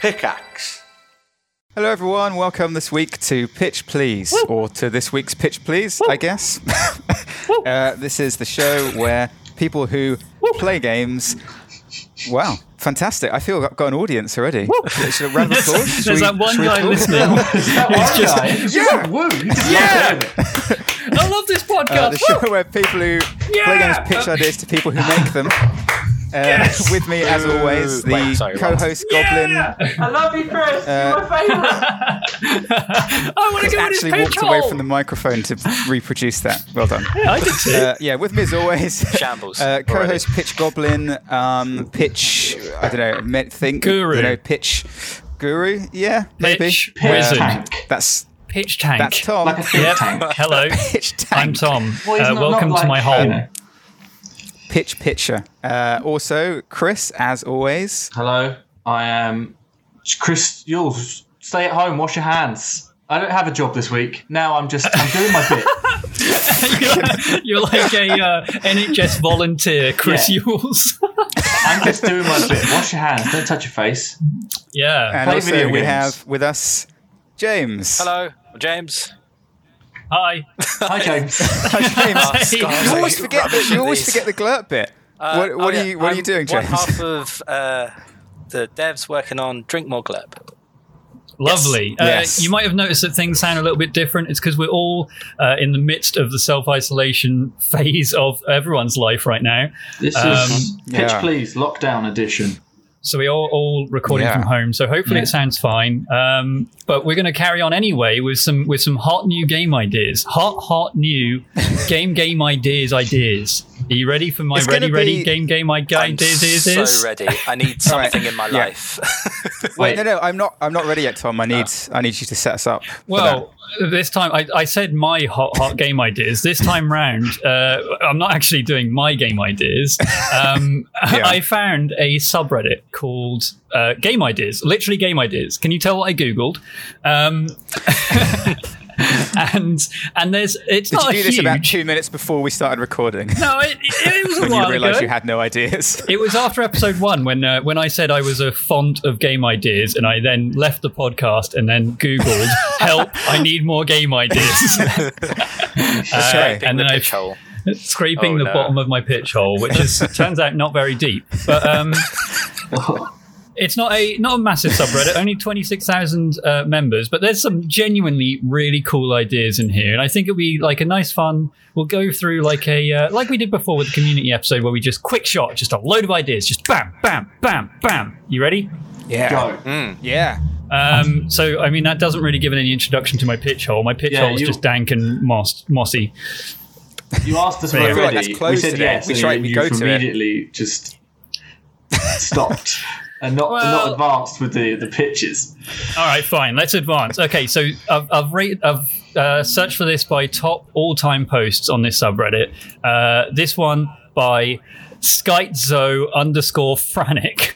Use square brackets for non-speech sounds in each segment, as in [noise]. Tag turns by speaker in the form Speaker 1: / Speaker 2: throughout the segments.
Speaker 1: Pickaxe.
Speaker 2: Hello, everyone. Welcome this week to Pitch Please, or to this week's Pitch Please, I guess. [laughs] uh, this is the show where people who play games. Wow, fantastic. I feel I've got an audience already. Should a round of applause? Should
Speaker 3: There's
Speaker 2: we-
Speaker 3: that one
Speaker 2: should we
Speaker 3: guy
Speaker 2: applaud? [laughs]
Speaker 3: listening.
Speaker 4: That one guy.
Speaker 2: Yeah.
Speaker 4: Woo. Yeah.
Speaker 3: I love this
Speaker 2: Uh,
Speaker 3: podcast.
Speaker 2: the show where people who play games
Speaker 3: Yeah.
Speaker 2: pitch ideas to people who make them. Uh, With me, as always, the
Speaker 1: Wait, sorry, what?
Speaker 2: co-host Goblin
Speaker 5: I love you, Chris.
Speaker 2: Uh,
Speaker 5: You're my
Speaker 2: [laughs]
Speaker 3: Uh,
Speaker 5: favourite.
Speaker 3: I want to go in his
Speaker 2: actually
Speaker 3: pitch
Speaker 2: walked
Speaker 3: hole.
Speaker 2: away from the microphone to reproduce that. Well done.
Speaker 3: I did too.
Speaker 2: Uh, yeah, with me as always, [laughs]
Speaker 1: Shambles
Speaker 2: Uh, co-host
Speaker 1: already.
Speaker 2: Pitch Goblin, um, Pitch, I don't know, me- think
Speaker 3: Guru.
Speaker 2: you know, Pitch Guru, yeah, [laughs] maybe. Uh,
Speaker 3: pitch
Speaker 4: Yeah.
Speaker 3: wizard.
Speaker 4: Tank.
Speaker 2: That's
Speaker 3: Pitch tank.
Speaker 2: that's Tom.
Speaker 4: Like a think
Speaker 3: Yep.
Speaker 4: tank.
Speaker 3: Hello.
Speaker 2: [laughs] pitch
Speaker 3: I'm
Speaker 2: Tank,
Speaker 3: Tom.
Speaker 5: Well, he's
Speaker 3: uh,
Speaker 5: not-
Speaker 3: welcome
Speaker 5: not
Speaker 3: to
Speaker 5: like-
Speaker 3: my hole. [laughs]
Speaker 2: [laughs]
Speaker 4: You know.
Speaker 2: Pitch Pitcher. Uh, also, Chris, as always.
Speaker 4: Hello, I am Chris. You'll stay at home, wash your hands. I don't have a job this week. Now I'm just I'm doing my
Speaker 3: [laughs]
Speaker 4: bit.
Speaker 3: you're, like, you're like a uh, NHS volunteer, Chris
Speaker 4: Yeah.
Speaker 3: Yules. [laughs]
Speaker 4: I'm just doing my bit. Wash your hands. Don't touch your face.
Speaker 3: yeah.
Speaker 2: And
Speaker 4: Play
Speaker 2: also,
Speaker 4: video
Speaker 2: we
Speaker 4: games.
Speaker 2: have with us James.
Speaker 1: Hello, I'm James.
Speaker 3: Hi.
Speaker 4: Hi
Speaker 2: [laughs]
Speaker 4: James.
Speaker 1: [laughs]
Speaker 2: Hi, James.
Speaker 3: Hey.
Speaker 1: Scott.
Speaker 2: you always
Speaker 1: Like,
Speaker 2: forget
Speaker 1: rubbish
Speaker 2: the, you
Speaker 1: at
Speaker 2: always
Speaker 1: these.
Speaker 2: forget the glurt bit.
Speaker 1: Uh,
Speaker 2: what what
Speaker 1: oh,
Speaker 2: are
Speaker 1: yeah,
Speaker 2: you What
Speaker 1: I'm
Speaker 2: are you doing,
Speaker 1: One
Speaker 2: James?
Speaker 1: half of uh, the devs working on Drink More Gleb.
Speaker 3: Lovely.
Speaker 2: Yes.
Speaker 3: Uh, you might have noticed that things sound a little bit different. It's because we're all uh, in the midst of the self isolation [laughs] phase of everyone's life right now.
Speaker 4: This is
Speaker 3: Um,
Speaker 4: Pitch
Speaker 2: yeah.
Speaker 4: Please Lockdown Edition.
Speaker 3: So we are all recording
Speaker 2: Yeah.
Speaker 3: from home. So hopefully it sounds fine. Um, but we're going to carry on anyway with some with some hot new game ideas. Hot,
Speaker 2: [laughs]
Speaker 3: hot new game game ideas ideas. Are you ready for my
Speaker 2: It's
Speaker 3: ready
Speaker 2: gonna
Speaker 3: ready
Speaker 2: be-
Speaker 3: game game ideas?
Speaker 1: I'm
Speaker 3: ideas,
Speaker 1: so
Speaker 3: ideas?
Speaker 1: ready. I need
Speaker 2: right.
Speaker 1: something in my
Speaker 2: Yeah.
Speaker 1: life.
Speaker 2: Wait, no, no, I'm not. I'm not ready yet, Tom. I need.
Speaker 1: Uh.
Speaker 2: I need you to set us up. for that.
Speaker 3: Well, this time I, I said my hot, hot game ideas. This time round, uh, I'm not actually doing my game ideas. Um,
Speaker 2: [laughs] Yeah.
Speaker 3: I found a subreddit called uh, Game Ideas, literally Game Ideas. Can you tell what I Googled? Um, [laughs] and and there's it's
Speaker 2: Did
Speaker 3: not
Speaker 2: you do
Speaker 3: a
Speaker 2: this
Speaker 3: huge.
Speaker 2: about two minutes before we started recording?
Speaker 3: [laughs] no, Uh, it, it was
Speaker 2: [laughs]
Speaker 3: a
Speaker 2: when you
Speaker 3: while ago.
Speaker 2: realised you had no ideas.
Speaker 3: It was after episode one when uh, when I said I was a font of game ideas, and I then left the podcast and then
Speaker 2: [laughs]
Speaker 3: Googled help. I need more game ideas,
Speaker 2: okay.
Speaker 3: and then
Speaker 1: the
Speaker 3: I-
Speaker 1: pitch hole.
Speaker 3: [laughs] scraping
Speaker 1: Oh,
Speaker 3: the
Speaker 1: no.
Speaker 3: bottom of my pitch hole, which is turns out not very deep. But um, it's not a not a massive subreddit, only twenty six thousand uh, members. But there's some genuinely really cool ideas in here, and I think it'll be like a nice fun. We'll go through like a uh, like we did before with the community episode, where we just quick shot, just a load of ideas, just bam, bam, bam, bam. You ready?
Speaker 2: yeah.
Speaker 4: Go.
Speaker 2: Yeah.
Speaker 3: Um, so, I mean, that doesn't really give it any introduction to my pitch hole. My pitch
Speaker 4: Yeah,
Speaker 3: hole is
Speaker 4: you-
Speaker 3: just dank and moss, mossy.
Speaker 4: Mm. You asked us
Speaker 3: I
Speaker 4: already.
Speaker 3: feel
Speaker 2: like that's
Speaker 4: we
Speaker 2: closed
Speaker 4: said
Speaker 2: today.
Speaker 4: yes,
Speaker 2: We
Speaker 4: and
Speaker 2: tried-
Speaker 4: then
Speaker 2: we
Speaker 4: you
Speaker 2: go to it.
Speaker 4: immediately
Speaker 2: [laughs]
Speaker 4: just stopped and not and
Speaker 3: Well-
Speaker 4: not advanced with the the pitches.
Speaker 3: All right, fine. Let's advance. Okay, so I've, I've rated, I've uh, searched for this by top all-time posts on this subreddit. Uh, this one by Skytezo underscore Franic.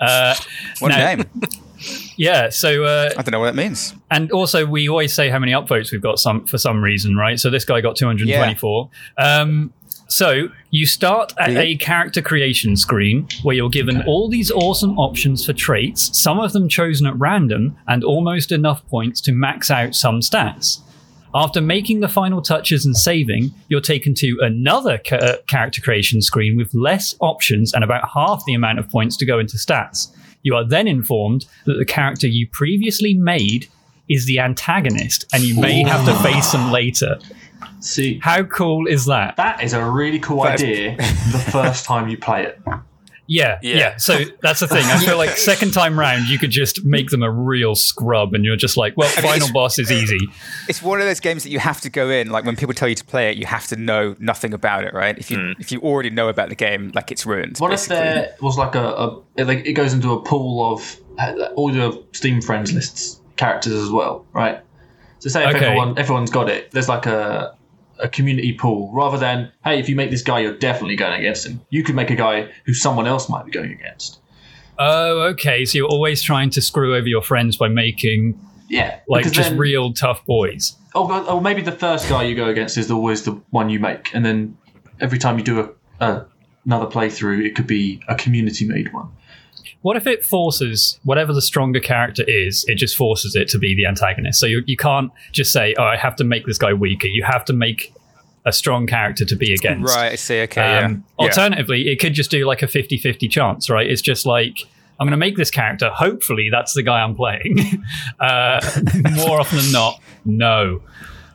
Speaker 3: Uh,
Speaker 2: What
Speaker 3: No.
Speaker 2: a name.
Speaker 3: [laughs] yeah, so uh,
Speaker 2: I don't know what that means.
Speaker 3: and also we always say how many upvotes we've got some for some reason, right? So this guy got 224. Um, so you start at
Speaker 2: Yeah.
Speaker 3: a character creation screen where you're given all these awesome options for traits, some of them chosen at random, and almost enough points to max out some stats. After making the final touches and saving, you're taken to another ca- uh, character creation screen with less options and about half the amount of points to go into stats. You are then informed that the character you previously made is the antagonist and you may have to face them later.
Speaker 4: See,
Speaker 3: How cool is that?
Speaker 4: that is a really cool idea. The first time you play it,
Speaker 3: Yeah, yeah.
Speaker 1: Yeah.
Speaker 3: So that's the thing. I feel like second time round, you could just make them a real scrub and you're just like, well,
Speaker 2: mean,
Speaker 3: final
Speaker 2: it's-
Speaker 3: boss is easy.
Speaker 2: It's one of those games that you have to go in. Like when people tell you to play it, you have to know nothing about it, right? If you
Speaker 3: Hmm.
Speaker 2: if you already know about the game, like it's ruined.
Speaker 4: what
Speaker 2: basically.
Speaker 4: if there was like a, a it, like it goes into a pool of uh, all your Steam friends lists characters as well, right? So say if
Speaker 3: Okay.
Speaker 4: everyone everyone's got it, there's like a a community pool rather than hey, if you make this guy, you're definitely going against him. You could make a guy who someone else might be going against.
Speaker 3: Oh, okay. So you're always trying to screw over your friends by making
Speaker 4: Yeah,
Speaker 3: like
Speaker 4: because
Speaker 3: just
Speaker 4: then-
Speaker 3: real tough boys.
Speaker 4: Oh, but- oh, maybe the first guy you go against is always the one you make, and then every time you do a, a another playthrough, it could be a community made one.
Speaker 3: What if it forces whatever the stronger character is, it just forces it to be the antagonist? So you, you can't just say, oh, I have to make this guy weaker. You have to make a strong character to be against.
Speaker 2: Right, I see. Okay.
Speaker 3: Um,
Speaker 2: yeah.
Speaker 3: Alternatively, it could just do like a 50 50 chance, right? It's just like, I'm going to make this character. Hopefully, that's the guy I'm playing. [laughs] uh, more often than not, no.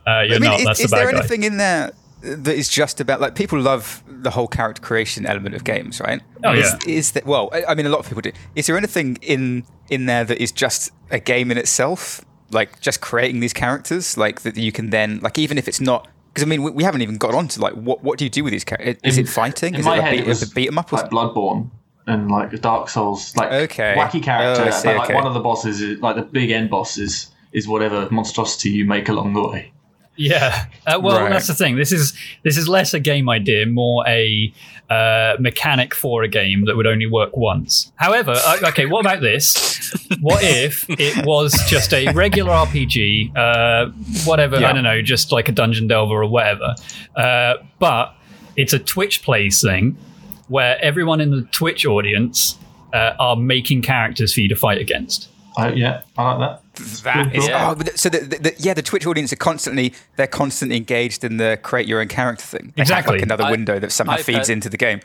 Speaker 3: Uh,
Speaker 2: yeah.
Speaker 3: you're
Speaker 2: I mean,
Speaker 3: not.
Speaker 2: is,
Speaker 3: that's
Speaker 2: is
Speaker 3: the bad
Speaker 2: there
Speaker 3: guy.
Speaker 2: anything in there that is just about like people love the whole character creation element of games, right?
Speaker 3: Oh,
Speaker 2: is,
Speaker 3: yeah.
Speaker 2: Is that well? I I mean, a lot of people do. Is there anything in in there that is just a game in itself, like just creating these characters, like that you can then like even if it's not. Because I mean, we, we haven't even got on to like what what do you do with these characters? Is
Speaker 4: In-
Speaker 2: it fighting?
Speaker 4: In
Speaker 2: is
Speaker 4: my
Speaker 2: it
Speaker 4: head,
Speaker 2: like beat,
Speaker 4: it was
Speaker 2: a beat 'em up? Or
Speaker 4: like Bloodborne and like the Dark Souls, like
Speaker 2: Okay.
Speaker 4: wacky character.
Speaker 2: Oh, I see,
Speaker 4: but, like
Speaker 2: okay.
Speaker 4: one of the bosses, is, like the big end boss, is, is whatever monstrosity you make along the way.
Speaker 3: Yeah. Uh, well,
Speaker 2: Right.
Speaker 3: that's the thing. This is this is less a game idea, more a uh, mechanic for a game that would only work once. However, uh, okay, what about this? What if it was just a regular RPG, uh, whatever
Speaker 2: Yeah.
Speaker 3: I don't know, just like a dungeon delver or whatever, uh, but it's a Twitch plays thing where everyone in the Twitch audience uh, are making characters for you to fight against.
Speaker 4: I, yeah, I like that.
Speaker 2: That is
Speaker 1: Yeah.
Speaker 2: oh, but th- so the, the, the, yeah, the Twitch audience are constantly they're constantly engaged in the create your own character thing. They have,
Speaker 3: Exactly.
Speaker 2: like another
Speaker 1: I-
Speaker 2: window that somehow
Speaker 1: I've
Speaker 2: feeds
Speaker 1: had-
Speaker 2: into the game.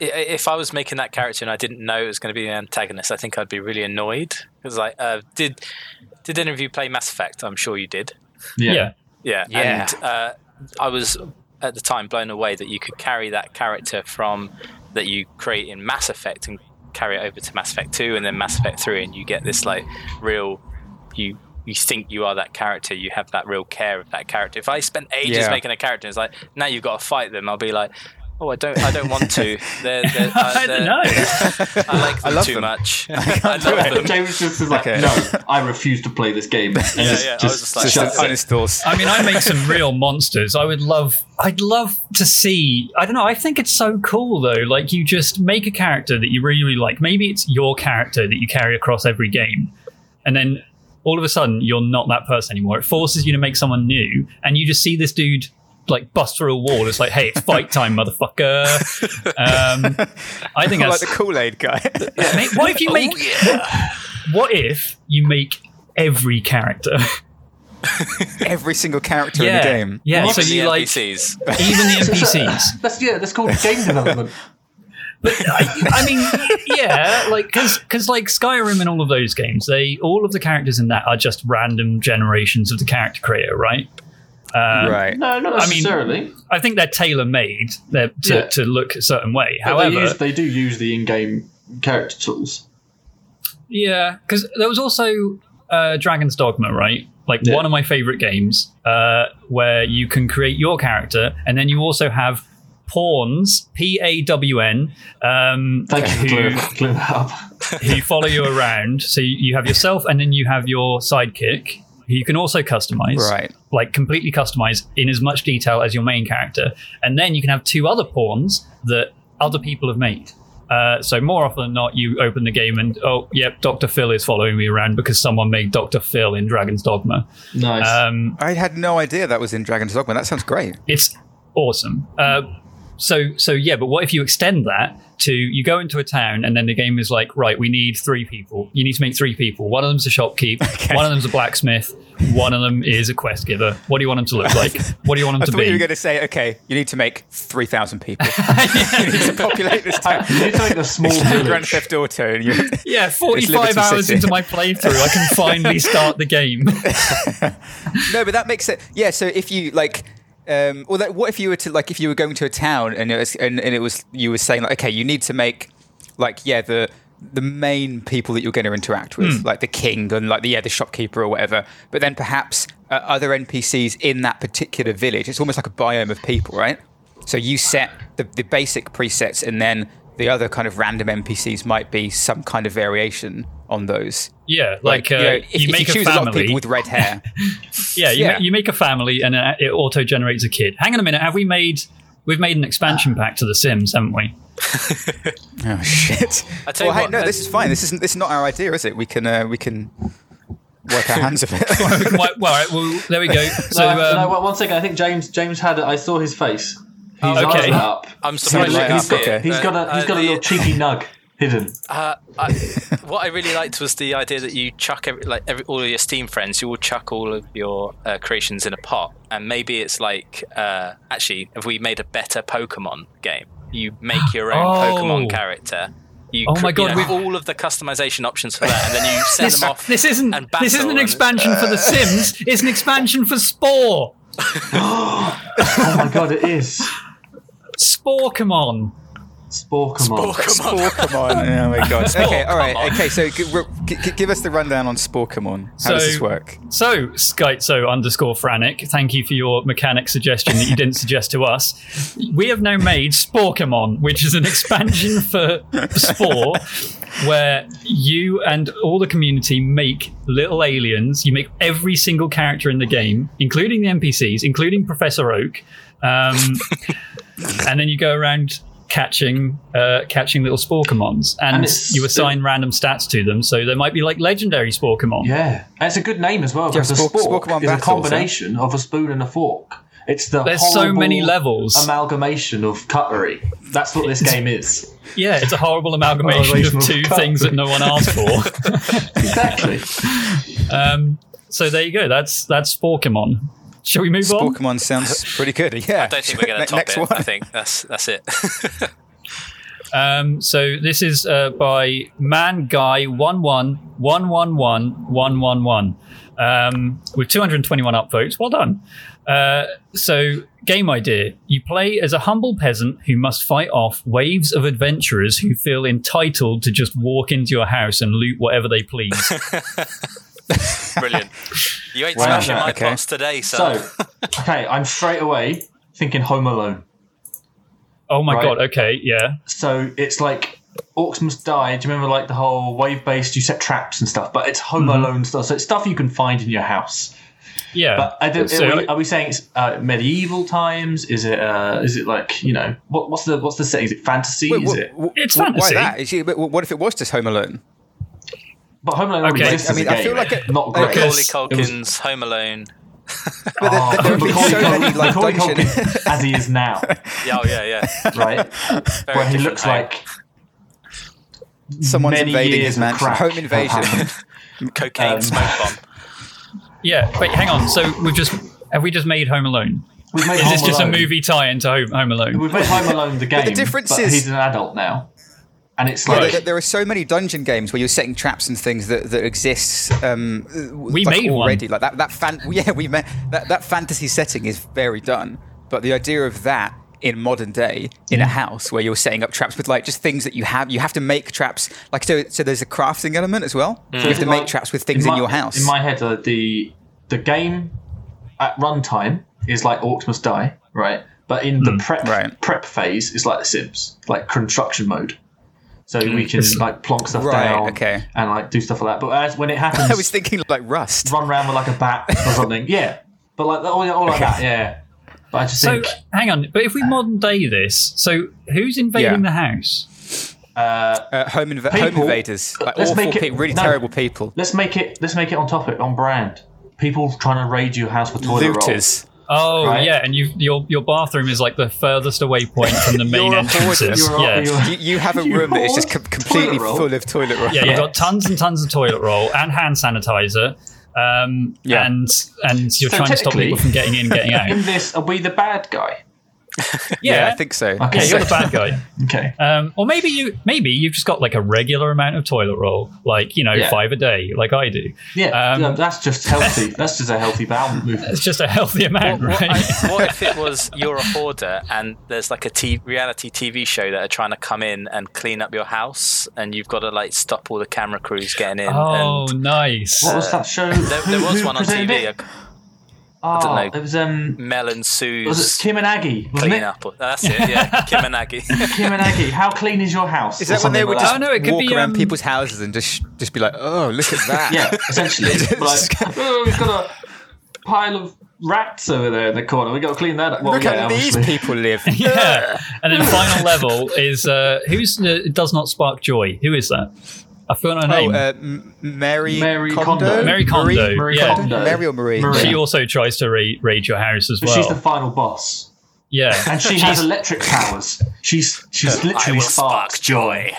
Speaker 1: I- If I was making that character and I didn't know it was going to be an antagonist, I think I'd be really annoyed. Because like, uh, did did any of you play Mass Effect? I'm sure you did.
Speaker 4: Yeah.
Speaker 3: yeah. [laughs]
Speaker 1: Yeah.
Speaker 2: Yeah.
Speaker 1: And uh, I was at the time blown away that you could carry that character from that you create in Mass Effect and carry it over to Mass Effect 2 and then Mass Effect 3 and you get this like real you you think you are that character you have that real care of that character if I spent ages
Speaker 2: Yeah.
Speaker 1: making a character it's like now you've got to fight them I'll be like oh I don't I don't want to they're, they're, uh,
Speaker 3: I don't
Speaker 1: they're-
Speaker 3: know.
Speaker 1: I like them
Speaker 2: love
Speaker 1: too
Speaker 2: them.
Speaker 1: much [laughs] I love them
Speaker 4: James just is like,
Speaker 2: Okay.
Speaker 4: no, I refuse to play
Speaker 2: [laughs]
Speaker 4: this game. And
Speaker 1: yeah,
Speaker 4: just,
Speaker 1: I was
Speaker 4: just,
Speaker 1: just like-
Speaker 2: Just
Speaker 4: shuts it.
Speaker 2: uninstalls.
Speaker 3: I mean, I make some real monsters. I would love, I'd love to see. I don't know. I think it's so cool though. Like you just make a character that you really, really like. Maybe it's your character that you carry across every game, and then all of a sudden you're not that person anymore. It forces you to make someone new, and you just see this dude like bust through a wall. It's like, hey, it's fight time, motherfucker. Um, I
Speaker 2: [laughs]
Speaker 3: think
Speaker 2: like
Speaker 3: that's
Speaker 2: the Kool Aid guy.
Speaker 3: Mate, what if you make? What if you make every character?
Speaker 2: Every single character in
Speaker 3: yeah,
Speaker 2: the game.
Speaker 3: yeah.
Speaker 1: Even
Speaker 3: So
Speaker 1: the
Speaker 3: you like
Speaker 1: NPCs.
Speaker 3: even
Speaker 4: [laughs]
Speaker 3: the NPCs.
Speaker 4: That's yeah. That's called game
Speaker 2: [laughs]
Speaker 4: development.
Speaker 3: I mean, yeah, like because like Skyrim and all of those games, they all of the characters in that are just random generations of the character creator, right? Um,
Speaker 2: right.
Speaker 4: No, not
Speaker 3: I mean,
Speaker 4: necessarily.
Speaker 3: I think they're tailor made to,
Speaker 4: Yeah.
Speaker 3: to look a certain way.
Speaker 4: But
Speaker 3: However,
Speaker 4: they, use, they do use the in-game character tools.
Speaker 3: Yeah, because there was also uh, Dragon's Dogma, right? Like
Speaker 4: Yeah.
Speaker 3: one of my favorite games, uh, where you can create your character, and then you also have pawns, P A W N, um,
Speaker 4: Thank you for clearing,
Speaker 3: who,
Speaker 4: clearing
Speaker 3: [laughs]
Speaker 4: that up.
Speaker 3: who follow you around. So you- you have yourself, and then you have your sidekick, who you can also customize,
Speaker 2: Right.
Speaker 3: Like completely customize in as much detail as your main character, and then you can have two other pawns that other people have made. Uh, so more often than not, you open the game and oh, yep, Doctor Phil is following me around because someone made Doctor Phil in Dragon's Dogma.
Speaker 4: Nice.
Speaker 3: Um,
Speaker 2: I had no idea that was in Dragon's Dogma. That sounds great.
Speaker 3: it's awesome. Uh, so so yeah, but what if you extend that to you go into a town and then the game is like, right, we need three people. You need to make three people. One of them's
Speaker 2: [laughs]
Speaker 3: a shopkeep, one of them's a blacksmith, one of them is a quest giver. What do you want them to look like?
Speaker 2: [laughs]
Speaker 3: What do you want them
Speaker 2: I
Speaker 3: to
Speaker 2: thought you
Speaker 3: be?
Speaker 2: were going to say, okay, you need to make 3,000
Speaker 3: [laughs]
Speaker 2: people. [laughs] you need to populate this town.
Speaker 4: you need to make a small
Speaker 2: Grand
Speaker 4: village.
Speaker 2: Theft Auto. And you, [laughs]
Speaker 3: yeah, forty-five
Speaker 2: Liberty
Speaker 3: hours
Speaker 2: City.
Speaker 3: into my playthrough, I can
Speaker 2: [laughs]
Speaker 3: finally start the game.
Speaker 2: no, but that makes it. Yeah, so if you like, um, well, that, what if you were to like, if you were going to a town and it was, and, and it was, you were saying like, okay, you need to make, like, yeah, the the main people that you're going to interact with,
Speaker 3: Hmm.
Speaker 2: like the king and like the yeah, the shopkeeper or whatever. But then perhaps uh, other NPCs in that particular village. It's almost like a biome of people, right? So you set the, the basic presets and then. The other kind of random NPCs might be some kind of variation on those.
Speaker 3: yeah, like, uh,
Speaker 2: you
Speaker 3: you,
Speaker 2: know, if, if
Speaker 3: make
Speaker 2: you choose
Speaker 3: a
Speaker 2: a lot of
Speaker 3: family.
Speaker 2: people with red hair,
Speaker 3: yeah, you,
Speaker 2: yeah.
Speaker 3: ma- you make a family and uh, it auto generates a kid. Hang on a minute, have we made? We've made an
Speaker 2: Uh,
Speaker 3: expansion pack to The Sims, haven't we?
Speaker 2: Oh [laughs] shit!
Speaker 1: I tell you
Speaker 2: well, hey,
Speaker 1: what,
Speaker 2: no,
Speaker 1: uh,
Speaker 2: this is fine. This isn't. This is not our idea, is it? We can. Uh, we can work our hands of it. [laughs]
Speaker 3: well, well, all right, well, there we go. So,
Speaker 4: No,
Speaker 3: um,
Speaker 4: no, one- one second. I think James James had it. I saw his face. He's
Speaker 3: okay.
Speaker 4: okay. up.
Speaker 1: I'm surprised
Speaker 2: He's
Speaker 1: you
Speaker 2: got-
Speaker 1: can see
Speaker 2: okay.
Speaker 1: it.
Speaker 4: He's got a he's
Speaker 1: Uh,
Speaker 4: got a
Speaker 1: the-
Speaker 4: little cheeky nug. hidden.
Speaker 1: Uh, I, what I really liked was the idea that you chuck every, like every, all of your Steam friends. You all chuck all of your uh, creations in a pot, and maybe it's like uh, actually, have we made a better Pokemon game? You make your
Speaker 3: [gasps]
Speaker 1: own
Speaker 3: Oh.
Speaker 1: Pokemon character. You
Speaker 3: Oh
Speaker 1: cr-
Speaker 3: my God,
Speaker 1: you know,
Speaker 3: we've-
Speaker 1: all of the customization options for that, and then you send them off.
Speaker 3: This isn't
Speaker 1: and
Speaker 3: this isn't
Speaker 1: battle
Speaker 3: an
Speaker 1: and-
Speaker 3: expansion for The Sims. It's an expansion for Spore.
Speaker 4: Oh my god, it is.
Speaker 3: Spore, come on.
Speaker 4: Spore command.
Speaker 1: Pokemon.
Speaker 2: Sporkamon. oh my god. [laughs] Okay, all right. Okay, so g- r- g- g- give us the rundown on Sporkamon. How does
Speaker 3: So-
Speaker 2: this work?
Speaker 3: So, Skytso underscore Franic, thank you for your mechanic suggestion that you
Speaker 4: [laughs]
Speaker 3: didn't suggest to us. We have now made Sporkamon, which is an
Speaker 4: [laughs]
Speaker 3: expansion for Spore, where you and all the community make little aliens. You make every single character in the game, including the NPCs, including Professor Oak.
Speaker 4: [laughs]
Speaker 3: Um, and then you go around catching uh, catching little Sporkamons, and,
Speaker 4: And it's-
Speaker 3: you assign random stats to them. So there might be like legendary Sporkamon.
Speaker 4: Yeah, and it's a good name as well because a
Speaker 2: Spork-
Speaker 4: spork
Speaker 2: Sporkman
Speaker 4: is
Speaker 1: eh?
Speaker 2: battles,
Speaker 4: a combination of a spoon and a fork. It's the
Speaker 3: There's so
Speaker 4: horrible
Speaker 3: many levels.
Speaker 4: amalgamation of cutlery. That's
Speaker 1: [laughs]
Speaker 4: what this game is.
Speaker 3: yeah, it's a horrible amalgamation
Speaker 4: Amalgamation
Speaker 3: of
Speaker 4: of
Speaker 3: two
Speaker 4: colours.
Speaker 3: things that no one asked
Speaker 4: [laughs]
Speaker 3: for.
Speaker 4: Exactly.
Speaker 3: um, so there you go. That's that's Sporkamon. Shall we move on?
Speaker 2: Sporkamon sounds pretty good. Yeah.
Speaker 1: I don't think we're going to
Speaker 2: [laughs] Ne-
Speaker 1: top
Speaker 2: Next
Speaker 1: it.
Speaker 2: one.
Speaker 1: I think that's that's
Speaker 2: [laughs]
Speaker 1: it.
Speaker 3: Um, so this is uh, by Man Guy One One One One One One One One um, with 221 upvotes. Well done. Uh, so game idea: you play as a humble peasant who must fight off waves of adventurers who feel entitled to just walk into your house and loot whatever they
Speaker 4: [laughs]
Speaker 3: please.
Speaker 1: Brilliant. You ain't
Speaker 2: Wow.
Speaker 1: smashing my
Speaker 2: Okay.
Speaker 1: pots today, son.
Speaker 4: so, okay, I'm straight away thinking Home Alone.
Speaker 3: oh my
Speaker 4: Right.
Speaker 3: god! Okay, yeah.
Speaker 4: So it's like orcs must die. Do you remember like the whole wave based? You set traps and stuff, but it's Home Alone stuff. So it's stuff you can find in your house.
Speaker 3: Yeah.
Speaker 4: But I don't,
Speaker 3: So-
Speaker 4: are, we, are we saying it's uh, medieval times? Is it? Uh, is it like you know what, what's the what's the setting? Is it fantasy?
Speaker 2: Wait,
Speaker 4: is
Speaker 2: wh-
Speaker 4: it?
Speaker 2: wh-
Speaker 3: It's
Speaker 2: wh-
Speaker 3: fantasy.
Speaker 2: Why that? Is you- but What if it was just Home Alone?
Speaker 4: But Home Alone already
Speaker 3: Okay.
Speaker 4: exists
Speaker 3: I
Speaker 4: as a
Speaker 2: mean, I
Speaker 4: game.
Speaker 2: feel like it-
Speaker 4: not
Speaker 2: okay.
Speaker 4: great.
Speaker 1: Macaulay
Speaker 2: Yes.
Speaker 1: Culkin's [laughs] Home Alone.
Speaker 2: But there- there, have been
Speaker 4: Ah, Macaulay
Speaker 2: so
Speaker 4: Culkin-
Speaker 2: many like
Speaker 4: Macaulay
Speaker 2: dungeon.
Speaker 4: Culkin as he is now,
Speaker 1: Yeah, oh, yeah,
Speaker 4: [laughs]
Speaker 1: yeah.
Speaker 4: right?
Speaker 1: Very
Speaker 4: Where he
Speaker 1: different
Speaker 4: looks
Speaker 1: home.
Speaker 4: like
Speaker 2: [laughs] Someone's
Speaker 4: many
Speaker 2: invading
Speaker 4: years
Speaker 2: his
Speaker 4: of
Speaker 2: mansion.
Speaker 4: crack
Speaker 2: Home
Speaker 4: have
Speaker 2: invasion.
Speaker 4: happened.
Speaker 1: cocaine
Speaker 4: um,
Speaker 1: smoke bomb.
Speaker 3: yeah. Wait, hang on. So we've just have we just made Home Alone?
Speaker 4: We've made
Speaker 3: Is
Speaker 4: Home
Speaker 3: this just
Speaker 4: Alone.
Speaker 3: a movie tie into Home, Home Alone?
Speaker 4: We've made Home Alone the game.
Speaker 2: the difference
Speaker 4: but
Speaker 2: is-
Speaker 4: he's an adult now, and it's
Speaker 2: Yeah,
Speaker 4: like
Speaker 2: there, there are so many dungeon games where you're setting traps and things that that exists. Um, we
Speaker 3: made one.
Speaker 2: already like that. That fan, [laughs] yeah, we made that. That fantasy setting is very done, but the idea of that in modern day in
Speaker 3: Mm.
Speaker 2: a house where you're setting up traps with like just things that you have you have to make traps like so so there's a crafting element as well
Speaker 3: Mm.
Speaker 2: you have
Speaker 4: is
Speaker 2: to
Speaker 4: it
Speaker 2: make
Speaker 4: like-
Speaker 2: traps with things in,
Speaker 4: my-
Speaker 2: your house
Speaker 4: In my head, uh, the the game at runtime is like Orcs Must Die, right? But in the prep
Speaker 2: right.
Speaker 4: prep phase, it's like The Sims, like construction mode. So we can like plonk stuff
Speaker 2: Hmm. Right,
Speaker 4: down
Speaker 2: okay.
Speaker 4: and like do stuff like that. But as when it
Speaker 2: [laughs] [laughs]
Speaker 4: happens,
Speaker 2: I was thinking like rust
Speaker 4: run around with like a bat or
Speaker 2: [laughs]
Speaker 4: something. Yeah, but like all, all like that. Yeah, but I just
Speaker 3: So
Speaker 4: think
Speaker 3: hang on. But if we modern day this, so who's invading
Speaker 2: Yeah.
Speaker 3: the house?
Speaker 2: uh, home, inv- home
Speaker 4: People-
Speaker 2: invaders like
Speaker 4: let's
Speaker 2: awful
Speaker 4: make it-
Speaker 2: people really
Speaker 4: no.
Speaker 2: terrible people
Speaker 4: let's make it let's make it on topic on brand. People trying to raid your house for toilet rolls.
Speaker 2: looters
Speaker 3: Oh
Speaker 4: Right.
Speaker 3: yeah, and you, your your bathroom is like the furthest away point from
Speaker 4: [laughs]
Speaker 3: the main
Speaker 2: You're a hoarder.
Speaker 3: entrances.
Speaker 4: You're a-
Speaker 3: yeah.
Speaker 4: you're
Speaker 2: [laughs]
Speaker 4: a-
Speaker 2: you, you have a
Speaker 4: [laughs] You
Speaker 2: room that is just com-
Speaker 4: hoard
Speaker 2: completely
Speaker 4: toilet roll?
Speaker 2: full of
Speaker 3: [laughs]
Speaker 2: toilet roll
Speaker 3: yeah, you've got
Speaker 4: [laughs] Yes.
Speaker 3: tons and tons of toilet roll and hand sanitizer. Um,
Speaker 2: Yeah.
Speaker 3: and and you're
Speaker 4: So
Speaker 3: trying to stop
Speaker 4: technically-
Speaker 3: people from getting in, getting
Speaker 4: [laughs]
Speaker 3: out.
Speaker 4: In this, are we the bad guy?
Speaker 2: Yeah,
Speaker 3: yeah,
Speaker 2: I think so.
Speaker 4: Okay,
Speaker 3: yeah,
Speaker 2: So-
Speaker 3: you're the bad guy.
Speaker 4: Okay.
Speaker 3: Um, or maybe you maybe you've just got like a regular amount of toilet roll, like you know
Speaker 4: Yeah.
Speaker 3: five a day, like I do.
Speaker 4: Yeah,
Speaker 3: Um,
Speaker 4: no, that's just healthy. that's just a healthy bowel
Speaker 1: Uh,
Speaker 4: movement.
Speaker 3: It's just a healthy amount,
Speaker 1: What,
Speaker 3: right?
Speaker 1: I- what if it was you're a hoarder and there's like a t- reality TV show that are trying to come in and clean up your house and you've got to like stop all the camera crews getting in?
Speaker 3: oh,
Speaker 1: and
Speaker 3: nice.
Speaker 4: What was that show?
Speaker 1: there, there
Speaker 4: Who-
Speaker 1: was
Speaker 4: who
Speaker 1: one on
Speaker 4: presented
Speaker 1: TV,
Speaker 4: It?
Speaker 1: uh,
Speaker 4: I
Speaker 1: don't know.
Speaker 4: It was um,
Speaker 1: Mel and
Speaker 4: was it
Speaker 1: Sue's
Speaker 4: Kim and Aggie? Wasn't
Speaker 1: clean
Speaker 4: it?
Speaker 1: up. or- That's it, yeah. Kim and Aggie.
Speaker 4: Kim and Aggie. How clean is your house?
Speaker 2: Is
Speaker 4: Or
Speaker 2: that when they
Speaker 4: something
Speaker 2: would
Speaker 4: like
Speaker 2: just
Speaker 3: Oh, no, it could
Speaker 2: walk
Speaker 3: be,
Speaker 2: around
Speaker 3: um,
Speaker 2: people's houses and just just be like, "Oh, look at that!"
Speaker 4: that. [laughs] Yeah,
Speaker 2: [laughs]
Speaker 4: essentially. But like, oh, we've got a pile of rats over there in the corner. We've got to clean that up. Well,
Speaker 2: look
Speaker 4: yeah,
Speaker 2: at these
Speaker 4: obviously.
Speaker 2: people live.
Speaker 3: [laughs] yeah. And then final level is uh, who's uh, does not spark joy? Who is that? I forgot her
Speaker 2: Oh,
Speaker 3: name.
Speaker 2: uh, M- Mary,
Speaker 4: Mary
Speaker 2: Kondo?
Speaker 3: Mary
Speaker 4: Kondo.
Speaker 2: Marie-
Speaker 3: Kondo.
Speaker 4: Marie
Speaker 3: yeah.
Speaker 4: Kondo.
Speaker 2: Mary or Marie?
Speaker 4: Marie.
Speaker 3: She also tries to ra- raid your house as
Speaker 4: But
Speaker 3: well.
Speaker 4: she's the final boss.
Speaker 3: Yeah.
Speaker 4: [laughs] And she has electric powers. She's she's
Speaker 1: I
Speaker 4: literally
Speaker 1: will
Speaker 4: sparks.
Speaker 1: spark joy.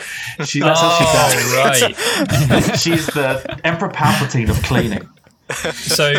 Speaker 4: She, that's
Speaker 3: Oh, right.
Speaker 4: how she does. She's the Emperor Palpatine of cleaning.
Speaker 3: So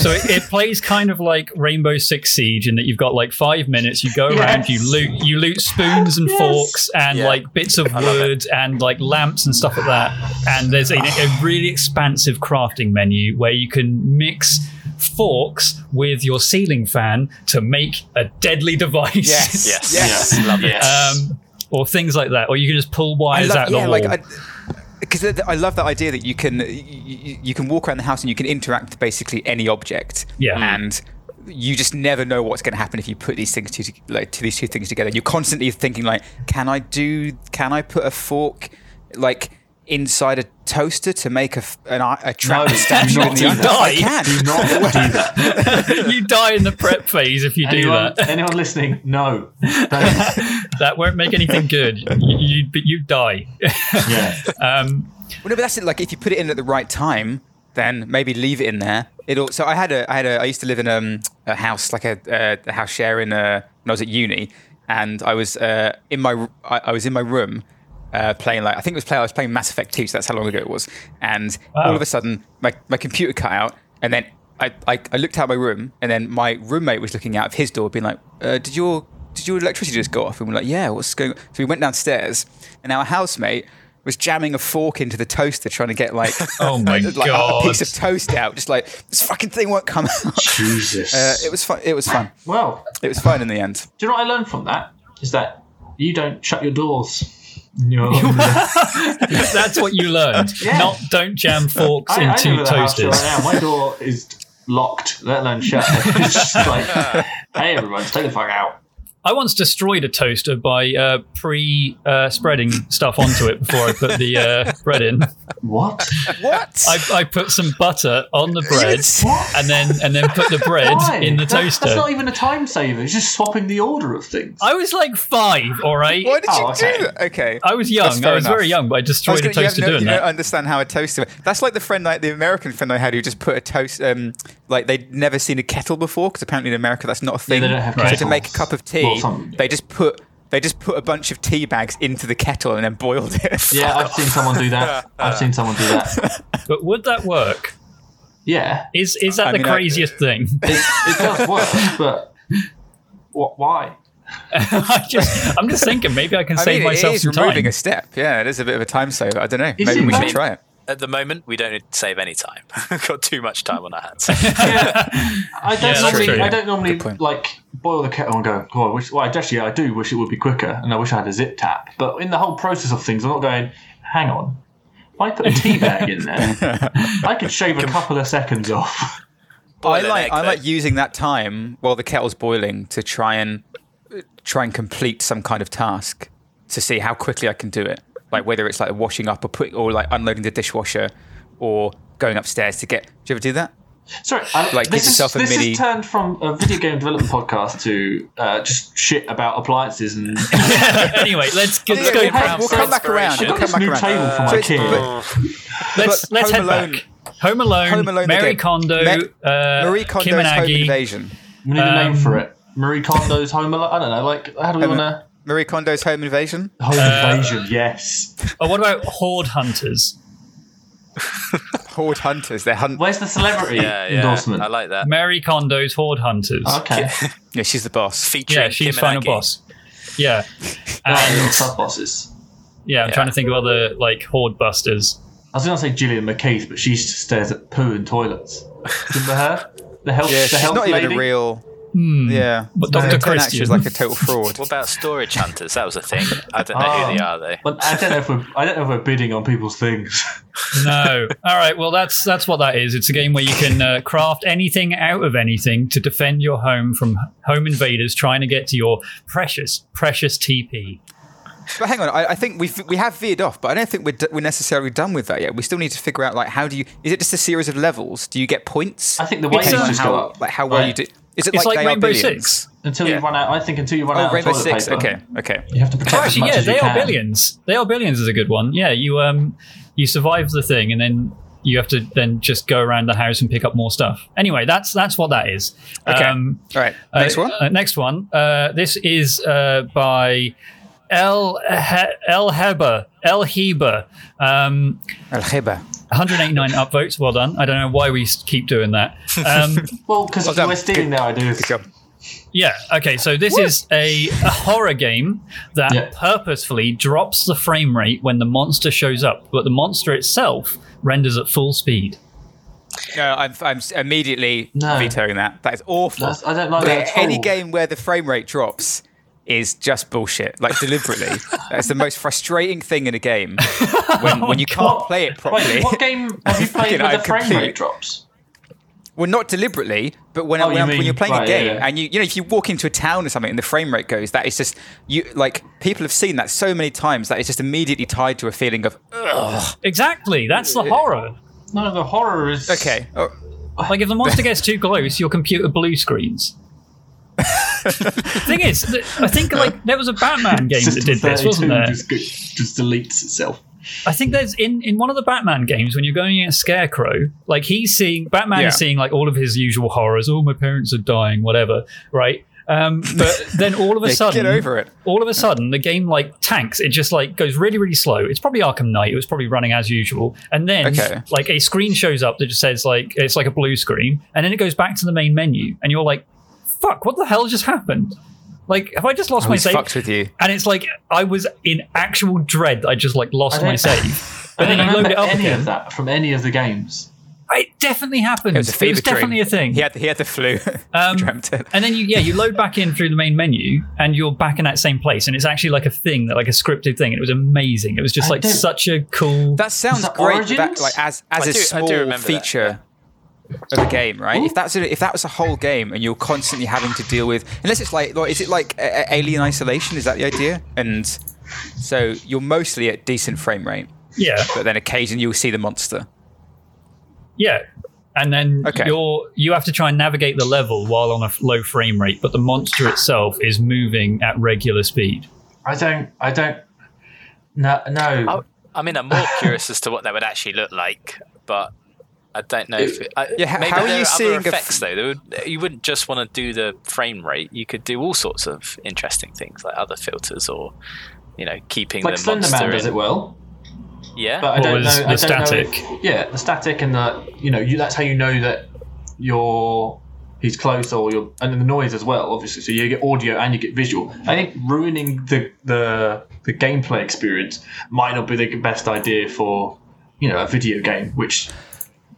Speaker 3: so it, it plays kind of like Rainbow Six Siege in that you've got like five minutes, you go around, you
Speaker 4: Yes.
Speaker 3: loot you loot spoons and
Speaker 5: Yes.
Speaker 3: forks and
Speaker 1: Yeah.
Speaker 3: like bits of wood and like lamps and stuff like that. And there's a, a really expansive crafting menu where you can mix forks with your ceiling fan to make a deadly device. [laughs]
Speaker 1: [laughs]
Speaker 2: Yes.
Speaker 1: Yes.
Speaker 2: Yes.
Speaker 1: Yeah, Love it.
Speaker 3: um, or things like that, or you can just pull
Speaker 2: I
Speaker 3: wires
Speaker 2: love,
Speaker 3: out
Speaker 2: yeah,
Speaker 3: the wall.
Speaker 2: like I, [laughs] because I love that idea that you can you, you can walk around the house and you can interact with basically any object.
Speaker 3: Yeah.
Speaker 2: and you just never know what's going to happen if you put these things two to, like to these two things together. You're constantly thinking like, can I do? Can I put a fork like inside a toaster to make a f- an, i- a trap
Speaker 4: do
Speaker 2: statue
Speaker 4: not
Speaker 2: in the
Speaker 4: do
Speaker 2: oven?
Speaker 4: that.
Speaker 2: I can.
Speaker 4: [laughs] Do not
Speaker 3: [laughs]
Speaker 4: do
Speaker 3: [laughs]
Speaker 4: that.
Speaker 3: you die in the prep phase if you do
Speaker 4: Anyone,
Speaker 3: that.
Speaker 4: anyone listening? No. Don't.
Speaker 3: [laughs] That won't make
Speaker 2: [laughs]
Speaker 3: anything good. You, you, but you die.
Speaker 4: Yeah.
Speaker 3: Um,
Speaker 2: Well, no, but that's it. Like, if you put it in at the right time, then maybe leave it in there. It'll. So I had a. I had a. I used to live in um, a house, like a, uh, a house share in uh when I was at uni, and I was uh, in my. r- I, I was in my room. Uh, playing like I think it was play I was playing Mass Effect 2, so that's how long ago it was. And all of a sudden, my, my computer cut out, and then I, I, I looked out my room, and then my roommate was looking out of his door, being like, uh, "Did your did your electricity just go off?" And we're like, "Yeah, what's going?" on? So we went downstairs, and our housemate was jamming a fork into the toaster, trying to get like,
Speaker 3: [laughs] Oh my
Speaker 2: like,
Speaker 3: God.
Speaker 2: a [laughs] piece of toast out. Just like this fucking thing won't come [laughs] out.
Speaker 4: Jesus.
Speaker 2: Uh, it was fun. It was fun.
Speaker 4: well,
Speaker 2: It was fun in the end.
Speaker 4: do you know what I learned from that? Is that you don't shut your doors.
Speaker 3: [laughs]
Speaker 4: No.
Speaker 3: that's what you
Speaker 2: [laughs]
Speaker 3: learned.
Speaker 4: Yeah.
Speaker 3: Not don't jam forks
Speaker 4: I, I
Speaker 3: into
Speaker 4: live in a house where
Speaker 3: toasters.
Speaker 4: I am. My door is locked, let
Speaker 3: [laughs]
Speaker 4: alone shut. It's just like, hey, everyone, just take the fuck out.
Speaker 3: I once destroyed a toaster by uh, pre-spreading stuff onto it before I put
Speaker 2: [laughs]
Speaker 3: the uh, bread in.
Speaker 4: What?
Speaker 2: What?
Speaker 3: I, I put some butter on the bread
Speaker 4: What?
Speaker 3: and then and then put the bread
Speaker 4: Why?
Speaker 3: in the
Speaker 4: That-
Speaker 3: toaster.
Speaker 4: That's
Speaker 2: e-
Speaker 4: not even a time saver. It's just swapping the order of things.
Speaker 3: I was like five, all right.
Speaker 2: Why did you
Speaker 4: Oh, okay.
Speaker 2: do that? Okay.
Speaker 3: I was
Speaker 2: That's
Speaker 3: young.
Speaker 2: fair
Speaker 3: I was
Speaker 2: enough.
Speaker 3: very young, but I
Speaker 2: I
Speaker 3: destroyed
Speaker 2: was
Speaker 3: a
Speaker 2: gonna-
Speaker 3: toaster
Speaker 2: you have no,
Speaker 3: doing
Speaker 2: you
Speaker 3: that.
Speaker 2: don't understand how a toaster. That's like the friend, like the American friend I had, who just put a toast. Um, like they'd never seen a kettle before, because apparently in America that's not a
Speaker 4: they
Speaker 2: thing.
Speaker 4: don't have
Speaker 2: So to
Speaker 4: kettles.
Speaker 2: make a cup of tea,
Speaker 4: Well, some-
Speaker 2: they just put they just put a bunch of tea bags into the kettle and then boiled it.
Speaker 4: Yeah, I've seen someone do that. I've seen someone do that.
Speaker 3: But would that work?
Speaker 4: Yeah,
Speaker 3: Is is that
Speaker 2: I
Speaker 3: the
Speaker 2: mean, I-
Speaker 3: craziest thing?
Speaker 4: it, it does work, but what, why?
Speaker 3: [laughs] I just, I'm just thinking maybe I
Speaker 2: [laughs] [laughs]
Speaker 3: can
Speaker 2: I
Speaker 3: save
Speaker 2: mean,
Speaker 3: myself
Speaker 2: it is
Speaker 3: some
Speaker 2: removing
Speaker 3: time.
Speaker 2: a step. Yeah, it is a bit of a time saver. I don't know.
Speaker 4: Is
Speaker 2: Maybe
Speaker 4: it
Speaker 2: we should
Speaker 4: not?
Speaker 2: try it.
Speaker 1: At the moment, we don't need to save any time. [laughs] We've got too much time on our hands.
Speaker 4: I don't
Speaker 3: that's
Speaker 4: normally,
Speaker 3: true.
Speaker 4: I don't normally
Speaker 2: Good point.
Speaker 4: like boil the kettle and go. Oh, I wish. Well, I- actually, I do wish it would be quicker, and I wish I had a zip tap. But in the whole process of things, I'm not going. Hang on, if I put a tea bag
Speaker 2: [laughs]
Speaker 4: in there, I could shave a couple of seconds off. [laughs]
Speaker 1: Boil
Speaker 2: I
Speaker 1: an
Speaker 2: like
Speaker 1: egg,
Speaker 2: I
Speaker 1: though.
Speaker 2: like using that time while the kettle's boiling to try and try and complete some kind of task to see how quickly I can do it. Like whether it's like washing up or put or like unloading the dishwasher or going upstairs to get. Do you ever do that?
Speaker 4: Sorry, I,
Speaker 2: Like,
Speaker 4: this,
Speaker 2: give yourself
Speaker 4: is,
Speaker 2: a
Speaker 4: this
Speaker 2: mini-
Speaker 4: has turned from a video game development podcast to uh, just shit about appliances and
Speaker 3: [laughs]
Speaker 4: I've
Speaker 3: anyway, let's get, let's
Speaker 2: Yeah,
Speaker 3: go.
Speaker 2: we'll,
Speaker 4: for
Speaker 2: come- we'll
Speaker 4: some
Speaker 2: come back around.
Speaker 1: inspiration.
Speaker 2: We'll
Speaker 4: got
Speaker 2: come
Speaker 4: this
Speaker 2: back
Speaker 4: new
Speaker 2: around.
Speaker 4: table for my
Speaker 2: So it's-
Speaker 4: kid.
Speaker 3: let's
Speaker 2: but
Speaker 3: let's
Speaker 2: Home
Speaker 3: head
Speaker 2: Alone-
Speaker 3: back. Home Alone,
Speaker 2: Home Alone the
Speaker 3: Mary
Speaker 2: game.
Speaker 3: Kondo,
Speaker 2: Ma-
Speaker 3: uh,
Speaker 2: Marie Kondo's
Speaker 3: Kim and
Speaker 2: Home
Speaker 3: Aggie.
Speaker 2: Invasion.
Speaker 4: We need a name
Speaker 3: Um,
Speaker 4: for it. Marie Kondo's Home Alone. I don't know. Like, how do we want to
Speaker 2: Marie Kondo's Home Invasion.
Speaker 4: Home
Speaker 2: Uh,
Speaker 4: Invasion? Yes.
Speaker 3: Oh, what about Horde Hunters?
Speaker 2: Horde Hunters. They're hunt.
Speaker 4: Where's the celebrity
Speaker 1: yeah, yeah.
Speaker 4: endorsement?
Speaker 1: I like that.
Speaker 3: Mary Kondo's Horde Hunters.
Speaker 4: Okay.
Speaker 2: Yeah, she's the boss.
Speaker 1: Featuring
Speaker 3: yeah, she's
Speaker 1: Kim and
Speaker 3: final
Speaker 1: Aggie.
Speaker 3: boss. Yeah,
Speaker 4: Little
Speaker 2: Um,
Speaker 3: and
Speaker 4: sub bosses.
Speaker 3: yeah, I'm
Speaker 1: Yeah.
Speaker 3: trying to think of other like Horde Busters.
Speaker 4: I was going to say Gillian McKeith, but she just stares at poo in toilets. Remember her? The health,
Speaker 2: Yeah,
Speaker 4: the
Speaker 2: she's
Speaker 4: health
Speaker 2: not
Speaker 4: lady.
Speaker 2: even a real. Yeah,
Speaker 3: Hmm. But
Speaker 2: No,
Speaker 3: Dr.
Speaker 2: it turned out she was
Speaker 3: Christian. [laughs]
Speaker 2: like a total fraud.
Speaker 1: What about storage hunters? That was a thing. I don't know
Speaker 4: Oh.
Speaker 1: who they are though.
Speaker 4: But I don't know if we're I don't know if we're bidding on people's things. [laughs]
Speaker 3: No,
Speaker 2: [laughs]
Speaker 3: all right. Well, that's that's what that is. It's a game where you can uh, craft anything out of anything to defend your home from home invaders trying to get to your precious, precious TP.
Speaker 2: But hang on, I, I think we've we have veered off, but I don't think we're, d- we're necessarily done with that yet. We still need to figure out like how do you? Is it just a series of levels? Do you get points?
Speaker 4: I think the weights
Speaker 2: Depending on
Speaker 4: just
Speaker 2: how,
Speaker 4: go up.
Speaker 2: Like how well you
Speaker 4: Right.
Speaker 2: do? Is it
Speaker 3: It's
Speaker 2: like,
Speaker 3: like,
Speaker 2: they are
Speaker 3: Rainbow
Speaker 2: billions?
Speaker 3: Six.
Speaker 4: Until
Speaker 1: Yeah.
Speaker 4: you run out, I think until you run out
Speaker 2: Oh,
Speaker 4: of
Speaker 2: Rainbow
Speaker 4: toilet
Speaker 2: Six.
Speaker 4: paper,
Speaker 2: Okay, okay.
Speaker 4: you have to protect as
Speaker 3: Actually,
Speaker 4: much
Speaker 3: yeah,
Speaker 4: as you
Speaker 3: they are
Speaker 4: can.
Speaker 3: billions. They are billions is a good one. Yeah, you um, you survive the thing, and then you have to then just go around the house and pick up more stuff. Anyway, that's that's what that is.
Speaker 2: Okay. All right.
Speaker 3: uh,
Speaker 2: Next one.
Speaker 3: uh, next one. Uh, this is uh, by El he- El Heber El Heber. Um,
Speaker 2: Al Heba.
Speaker 3: 189 upvotes. Well done. I don't know why we s- keep doing that. [laughs] Um,
Speaker 4: Well, because
Speaker 2: Well done.
Speaker 4: we're stealing their ideas.
Speaker 2: Good job.
Speaker 3: Yeah. Okay. So this is a, a horror game that
Speaker 4: Yeah.
Speaker 3: purposefully drops the frame rate when the monster shows up, but the monster itself renders at full speed.
Speaker 2: No, I'm, I'm s- immediately
Speaker 4: No.
Speaker 2: vetoing that. That is awful.
Speaker 4: That's- I don't like that at
Speaker 2: Any
Speaker 4: all.
Speaker 2: game where the frame rate drops is just bullshit, like [laughs] deliberately. That's the most frustrating thing in a game when, when you can't play it properly.
Speaker 4: Wait, what game have you played
Speaker 2: [laughs] Fucking
Speaker 4: where
Speaker 2: I
Speaker 4: the frame
Speaker 2: completely-
Speaker 4: rate drops?
Speaker 2: Well, not deliberately, but when,
Speaker 4: Oh,
Speaker 2: when,
Speaker 4: you
Speaker 2: when
Speaker 4: mean-
Speaker 2: you're playing a
Speaker 4: right, yeah,
Speaker 2: game
Speaker 4: yeah.
Speaker 2: and you you know if you walk into a town or something and the frame rate goes, that is just you like people have seen that so many times that it's just immediately tied to a feeling of ugh.
Speaker 3: Exactly. That's the horror.
Speaker 4: No, the horror is
Speaker 2: Okay, oh,
Speaker 3: Like if the monster gets too close, your computer blue screens. Thing is, th- I think like there was a Batman game that
Speaker 4: System
Speaker 3: did this,
Speaker 4: 32
Speaker 3: wasn't there?
Speaker 4: Just, go- just deletes itself.
Speaker 3: I think there's in in one of the Batman games when you're going against Scarecrow, like he's seeing Batman
Speaker 2: Yeah.
Speaker 3: is seeing like all of his usual horrors. Oh, my parents are dying, whatever, right? Um, but
Speaker 2: [laughs]
Speaker 3: then all of a
Speaker 2: Yeah,
Speaker 3: sudden,
Speaker 2: get over it.
Speaker 3: All of a sudden, the game like tanks. It just like goes really, really slow. It's probably Arkham Knight. It was probably running as usual, and then
Speaker 2: Okay.
Speaker 3: like a screen shows up that just says like it's like a blue screen, and then it goes back to the main menu, and you're like, "Fuck! What the hell just happened?" Like, have I just lost my
Speaker 2: who's
Speaker 3: save?
Speaker 2: fucked with you?
Speaker 3: and it's like I was in actual dread that I just like
Speaker 4: I
Speaker 3: lost
Speaker 4: don't-
Speaker 3: my save. But
Speaker 4: I
Speaker 3: then
Speaker 4: don't
Speaker 3: you load
Speaker 4: remember
Speaker 3: it up
Speaker 4: any
Speaker 3: again.
Speaker 4: of that from any of the games.
Speaker 3: It definitely happened.
Speaker 2: It was a fever dream.
Speaker 3: definitely a thing.
Speaker 2: He had the, he had the flu. [laughs]
Speaker 3: Um,
Speaker 2: dreamt it.
Speaker 3: And then you yeah you load back in through the main menu and you're back in that same place and it's actually like a thing that like a scripted thing. It was amazing. It was just
Speaker 4: I
Speaker 3: like
Speaker 4: don't-
Speaker 3: such a cool.
Speaker 2: That sounds
Speaker 4: that
Speaker 2: great. but That,
Speaker 4: Origins?
Speaker 2: like as as
Speaker 1: I
Speaker 2: a
Speaker 1: do- I do
Speaker 2: small
Speaker 1: remember that,
Speaker 2: feature of a game, right? If that's a, if that was a whole game and you're constantly having to deal with, unless it's like, like is it like a, a- Alien Isolation? Is that the idea? And so you're mostly at decent frame rate,
Speaker 3: yeah,
Speaker 2: but then occasionally you'll see the monster.
Speaker 3: yeah. And then
Speaker 2: Okay.
Speaker 3: you're you have to try and navigate the level while on a f- low frame rate, but the monster itself is moving at regular speed.
Speaker 4: I don't. I don't. No, no.
Speaker 1: I mean, I'm more curious as to what that would actually look like, but I don't know if. It, I,
Speaker 2: Yeah, h-
Speaker 1: maybe
Speaker 2: how are
Speaker 1: there
Speaker 2: you
Speaker 1: are
Speaker 2: seeing a f-
Speaker 1: other effects though? There would, you wouldn't just want to do the frame rate. You could do all sorts of interesting things like other filters or, you know, keeping
Speaker 4: like
Speaker 1: the
Speaker 4: Slender
Speaker 1: monster.
Speaker 4: Man does
Speaker 1: in-
Speaker 4: it well,
Speaker 1: Yeah, Oh,
Speaker 4: but I
Speaker 3: Or
Speaker 4: don't
Speaker 3: is
Speaker 4: know. I
Speaker 3: the
Speaker 4: don't know
Speaker 3: static?
Speaker 4: if- yeah, the static and the you know you, that's how you know that you're he's close or you're and then the noise as well, obviously. So you get audio and you get visual. I think ruining the the the gameplay experience might not be the best idea for you know a video game, which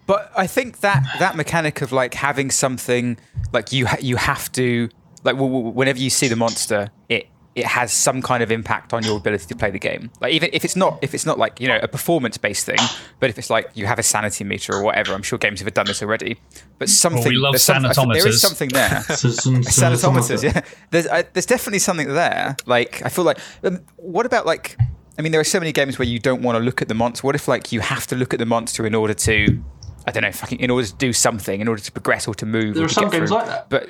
Speaker 2: But I think that that mechanic of like having something like you ha- you have to like w- w- whenever you see the monster, it it has some kind of impact on your ability to play the game. Like even if it's not if it's not like you know a performance based thing, but if it's like you have a sanity meter or whatever, I'm sure games have done this already. But something
Speaker 3: love
Speaker 2: there's some- I think there
Speaker 3: sanitometers.
Speaker 2: is something there.
Speaker 4: so some,
Speaker 2: [laughs]
Speaker 4: some, some of
Speaker 2: Sanitometers,
Speaker 4: the-
Speaker 2: yeah. There's I, there's definitely something there. Like I feel like, um, what about like? I mean, there are so many games where you don't want to look at the monster. What if like you have to look at the monster in order to, I don't know, fucking in order to do something, in order to progress or to move.
Speaker 4: There
Speaker 2: or
Speaker 4: are
Speaker 2: to
Speaker 4: some
Speaker 2: get
Speaker 4: games
Speaker 2: through.
Speaker 4: like that. uh,
Speaker 2: But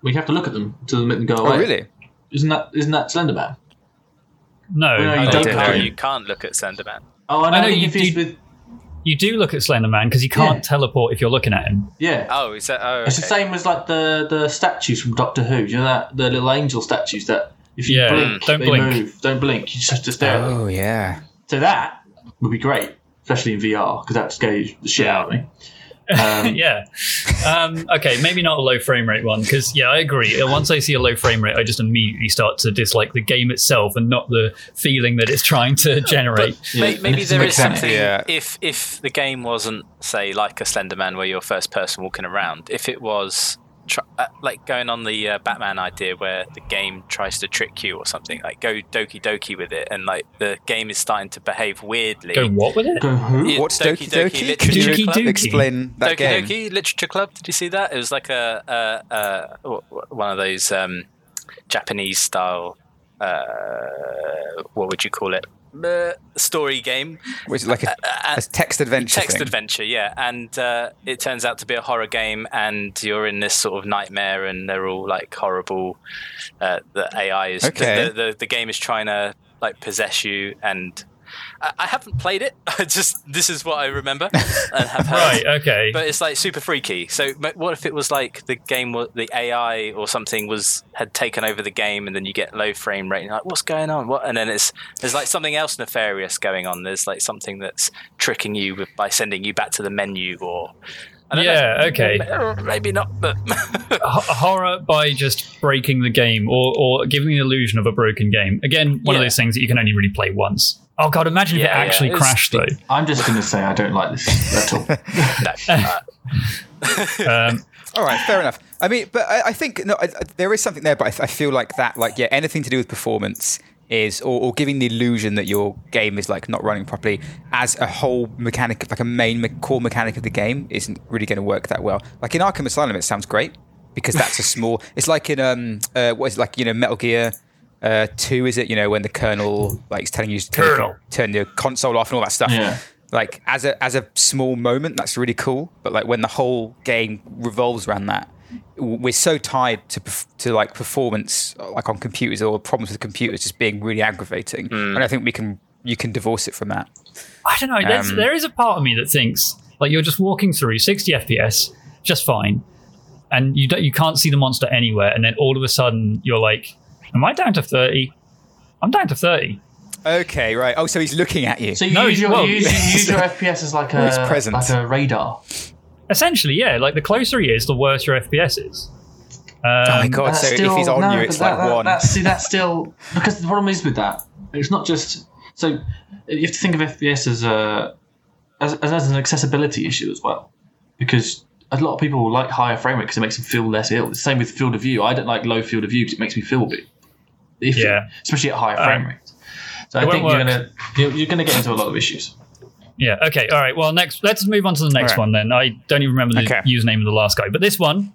Speaker 4: We have to look at them to make them go away.
Speaker 2: oh, really?
Speaker 4: Isn't that isn't that Slender Man?
Speaker 3: No,
Speaker 4: No,
Speaker 1: I
Speaker 4: you
Speaker 1: don't
Speaker 4: don't
Speaker 1: know
Speaker 4: know.
Speaker 1: how you can't look at Slender Man.
Speaker 4: Oh, I know,
Speaker 3: know,
Speaker 4: you
Speaker 3: you-
Speaker 4: confused
Speaker 3: you-
Speaker 4: with
Speaker 3: you do look at Slender Man because he can't
Speaker 4: Yeah.
Speaker 3: teleport if you're looking at him.
Speaker 4: yeah.
Speaker 1: Oh, is that? Oh,
Speaker 4: It's
Speaker 1: okay.
Speaker 4: the same as like the the statues from Doctor Who. You know that the little angel statues that if you
Speaker 3: Yeah,
Speaker 4: blink,
Speaker 3: don't
Speaker 4: they
Speaker 3: blink.
Speaker 4: move. Don't blink. You just have to stare. at them.
Speaker 2: Oh yeah.
Speaker 4: So that would be great, especially in VR, because that scares the shit out of me.
Speaker 3: [laughs]
Speaker 4: Um,
Speaker 3: yeah. Um, okay, maybe not a low frame rate one because yeah, I agree. Uh, Once I see a low frame rate, I just immediately start to dislike the game itself and not the feeling that it's [laughs] trying to generate.
Speaker 4: yeah,
Speaker 1: May- maybe
Speaker 4: it's
Speaker 1: there is
Speaker 4: mechanic.
Speaker 1: something.
Speaker 2: Yeah.
Speaker 1: If if the game wasn't say like a Slender Man where you're first person walking around, if it was tr- uh, like going on the uh, Batman idea where the game tries to trick you or something, like go doki doki with it, and like the game is starting to behave weirdly.
Speaker 3: Go what with it?
Speaker 4: Go who?
Speaker 1: Yeah,
Speaker 2: What's Doki Doki? Could
Speaker 1: Literature
Speaker 2: you
Speaker 3: Doki
Speaker 1: Club?
Speaker 3: Doki.
Speaker 2: explain that
Speaker 1: Doki
Speaker 2: game?
Speaker 1: Doki Literature Club. Did you see that? It was like a uh, uh, w- w- one of those um, Japanese style. Uh, what would you call it? Uh, story game
Speaker 2: Which is like
Speaker 4: Uh,
Speaker 2: a, a text adventure.
Speaker 1: Uh, text
Speaker 2: thing.
Speaker 1: adventure yeah and uh, it turns out to be a horror game and you're in this sort of nightmare and they're all like horrible uh, the ai is
Speaker 2: Okay.
Speaker 1: the, the, the game is trying to like possess you and I, I haven't played it. [laughs] I just this is what I remember and have heard.
Speaker 3: [laughs] Right. Okay.
Speaker 1: But it's like super freaky. So m- what if it was like the game, wa- the AI or something was had taken over the game, and then you get low frame rate, and you're like what's going on? What? And then it's there's like something else nefarious going on. There's like something that's tricking you with, by sending you back to the menu, or I don't know.
Speaker 3: Yeah, okay.
Speaker 1: M- [laughs] maybe not, but [laughs]
Speaker 3: Ho- horror by just breaking the game or, or giving the illusion of a broken game. Again, one of
Speaker 1: Yeah.
Speaker 3: those things that you can only really play once. Oh god, imagine if
Speaker 1: Yeah,
Speaker 3: it
Speaker 1: yeah,
Speaker 3: actually
Speaker 1: it's- [laughs]
Speaker 3: crashed though.
Speaker 4: I'm just going to say I don't like this at
Speaker 2: [laughs]
Speaker 4: all.
Speaker 1: no. Uh,
Speaker 3: Um,
Speaker 2: All right, fair enough. I mean, but I, I think no, I, I- there is something there. But I, th- I feel like that, like yeah, anything to do with performance is, or, or giving the illusion that your game is like not running properly as a whole mechanic, like a main me- core mechanic of the game, isn't really going to work that well. Like in Arkham Asylum, it sounds great because that's a small. [laughs] It's like in um, uh, what is it, like you know Metal Gear. Uh, two is it you know when the colonel like is telling you to turn,
Speaker 3: Colonel.
Speaker 2: turn your console off and all that stuff
Speaker 4: Yeah.
Speaker 2: like as a as a small moment that's really cool but like when the whole game revolves around that w- we're so tied to perf- to like performance like on computers or problems with computers just being really aggravating
Speaker 4: Hmm.
Speaker 2: and i think we can you can divorce it from that
Speaker 3: I don't know. There's,
Speaker 2: Um,
Speaker 3: there is a part of me that thinks like you're just walking through 60 FPS, just fine, and you don't you can't see the monster anywhere, and then all of a sudden you're like, "Am I down to 30? I'm down to 30."
Speaker 2: okay right oh so he's looking at you
Speaker 4: So you
Speaker 3: No,
Speaker 4: use your
Speaker 3: well-
Speaker 4: you use, you use your FPS as like a
Speaker 2: It's present.
Speaker 4: like a radar.
Speaker 3: Essentially, yeah. Like the closer he is, the worse your FPS is. Um,
Speaker 2: oh my god
Speaker 4: That's
Speaker 2: so if he's on
Speaker 4: no,
Speaker 2: you
Speaker 4: but
Speaker 2: it's
Speaker 4: that-
Speaker 2: like
Speaker 4: that-
Speaker 2: one
Speaker 4: That's, see, that's still because the problem is with that. It's not just so you have to think of FPS as a as, as, as an accessibility issue as well, because a lot of people like higher frame rate because it makes them feel less ill. The same with field of view. I don't like low field of view because it makes me feel big, if,
Speaker 3: Yeah.
Speaker 4: especially at higher
Speaker 3: Um,
Speaker 4: frame rates. So I
Speaker 3: won't
Speaker 4: think you're
Speaker 3: work.
Speaker 4: gonna you're, you're gonna get into a lot of issues.
Speaker 3: Yeah. Okay. All right. Well, next. Let's move on to the next
Speaker 2: All right.
Speaker 3: one then. I don't even remember the
Speaker 2: Okay.
Speaker 3: username of the last guy, but this one,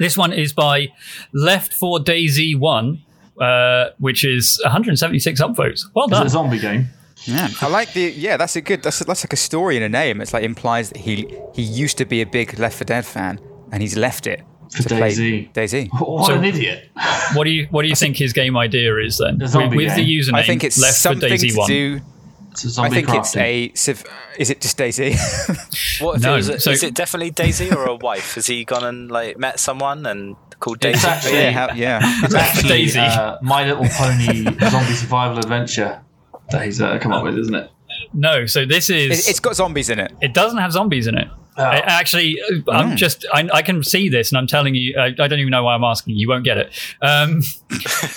Speaker 3: this one is by Left for Daisy One, uh, which is 176 upvotes. Well
Speaker 4: It's a
Speaker 3: done.
Speaker 4: zombie game. [laughs]
Speaker 2: Yeah, I like the yeah. That's a good. That's that's like a story in a name. It's like implies that he he used to be a big Left 4 Dead fan and he's left it
Speaker 4: For
Speaker 2: to
Speaker 4: DayZ.
Speaker 2: play Daisy.
Speaker 4: What
Speaker 3: So-
Speaker 4: an idiot!
Speaker 3: What do you What do you think his game idea is then?
Speaker 4: The
Speaker 3: With,
Speaker 4: zombie
Speaker 3: with the
Speaker 4: game.
Speaker 3: username,
Speaker 2: I think it's
Speaker 3: Left for
Speaker 2: something
Speaker 3: Daisy
Speaker 2: to
Speaker 3: One. [laughs]
Speaker 2: do.
Speaker 4: It's a
Speaker 2: I
Speaker 4: zombie
Speaker 2: think it's
Speaker 4: crafting.
Speaker 2: a. Civ- is it just [laughs] Daisy?
Speaker 1: what if
Speaker 3: No,
Speaker 1: it was? A,
Speaker 3: so-
Speaker 1: is it definitely Daisy or a wife? Has he gone and like met someone and called Daisy?
Speaker 4: It's actually-
Speaker 2: yeah, how, [laughs] yeah.
Speaker 4: It's actually
Speaker 3: Daisy.
Speaker 4: uh, My Little Pony zombie survival adventure that he's uh, come up with, isn't it?
Speaker 3: No. So this
Speaker 2: It,
Speaker 3: is.
Speaker 2: it's got zombies in it.
Speaker 3: it doesn't have zombies in it.
Speaker 4: Oh.
Speaker 3: I- actually, uh, I'm
Speaker 4: Hmm.
Speaker 3: just I, I can see this, and I'm telling you, I, I don't even know why I'm asking. You won't get it.
Speaker 4: [laughs]
Speaker 3: Um,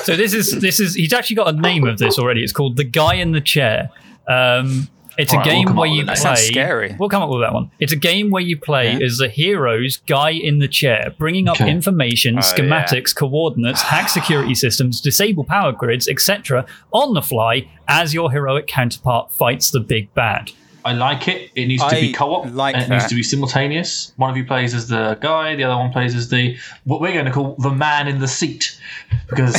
Speaker 3: so this is this is he's actually got a name of this already. It's called the guy in the chair. Um, it's
Speaker 4: All right,
Speaker 3: a
Speaker 4: we'll
Speaker 3: game
Speaker 4: come up
Speaker 3: where
Speaker 4: with
Speaker 3: you
Speaker 4: that.
Speaker 3: play.
Speaker 4: That
Speaker 2: sounds scary.
Speaker 3: We'll come up with that one. It's a game where you play
Speaker 2: Yeah.
Speaker 3: as the hero's guy in the chair, bringing up
Speaker 4: Okay.
Speaker 3: information,
Speaker 1: Oh,
Speaker 3: schematics,
Speaker 4: [sighs]
Speaker 3: coordinates, hack security systems, disable power grids, etc., on the fly as your heroic counterpart fights the big bad.
Speaker 4: I like it. It needs to
Speaker 2: I
Speaker 4: be co-op.
Speaker 2: like
Speaker 4: and it
Speaker 2: that.
Speaker 4: needs to be simultaneous. One of you plays as the guy, the other one plays as the what we're going to call the man in the seat, because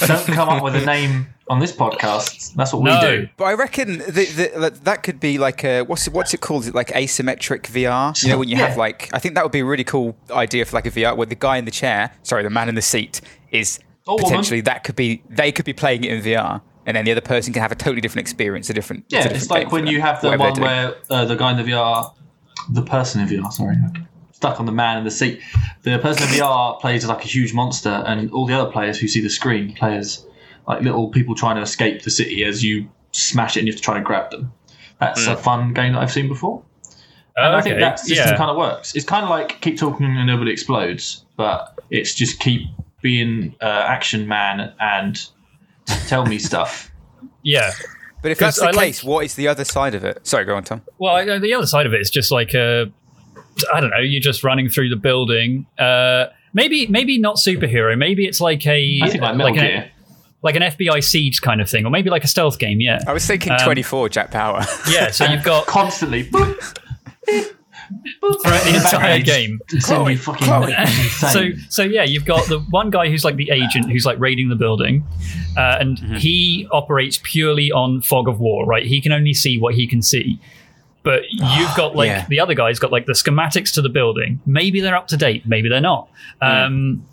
Speaker 4: [laughs] don't come up with a name on this podcast. That's what
Speaker 3: No.
Speaker 4: we do.
Speaker 2: But I reckon the, the, that- that could be like a what's it, what's it called? Is it like asymmetric VR? You know when you
Speaker 4: Yeah.
Speaker 2: have like I think that would be a really cool idea for like a VR where the guy in the chair, sorry, the man in the seat is
Speaker 4: Or Oh, woman.
Speaker 2: potentially that could be they could be playing it in VR, and then the other person can have a totally different experience, a different a
Speaker 4: Yeah, it's
Speaker 2: different game
Speaker 4: like
Speaker 2: for
Speaker 4: when
Speaker 2: them,
Speaker 4: you have the
Speaker 2: whatever they're
Speaker 4: one
Speaker 2: doing.
Speaker 4: where uh, the guy in the VR, the person in VR, sorry, stuck on the man in the seat. The person in VR [laughs] plays as like a huge monster, and all the other players who see the screen play as like little people trying to escape the city as you smash it and you have to try and grab them. That's a fun game that I've seen before. And I
Speaker 3: Hmm.
Speaker 4: think
Speaker 3: Okay,
Speaker 4: that system
Speaker 3: yeah.
Speaker 4: kind of works. It's kind of like keep talking and nobody explodes, but it's just keep being uh, action man and tell me stuff.
Speaker 3: Yeah.
Speaker 2: But if that's
Speaker 3: 'Cause
Speaker 2: the
Speaker 3: I like-
Speaker 2: case, what is the other side of it? Sorry, go on, Tom.
Speaker 3: Well, I, I- the other side of it is just like a, I don't know. You're just running through the building. Uh, maybe, maybe not superhero. Maybe it's like a
Speaker 4: I think like Metal
Speaker 3: an,
Speaker 4: Gear.
Speaker 3: like an FBI siege kind of thing, or maybe like a stealth game. Yeah,
Speaker 2: I was thinking
Speaker 4: Um,
Speaker 2: 24, Jack Power. [laughs]
Speaker 3: yeah. So you've
Speaker 4: [laughs]
Speaker 3: got
Speaker 4: constantly boop,
Speaker 3: for an entire
Speaker 4: background.
Speaker 3: game.
Speaker 4: It's gonna be fucking
Speaker 3: so
Speaker 4: [laughs] insane.
Speaker 3: so yeah you've got the one guy who's like the agent who's like raiding the building uh, and
Speaker 4: Mm-hmm.
Speaker 3: he operates purely on fog of war right he can only see what he can see but you've
Speaker 2: [sighs]
Speaker 3: got like
Speaker 2: Yeah.
Speaker 3: the other guy's got like the schematics to the building maybe they're up to date maybe they're not um,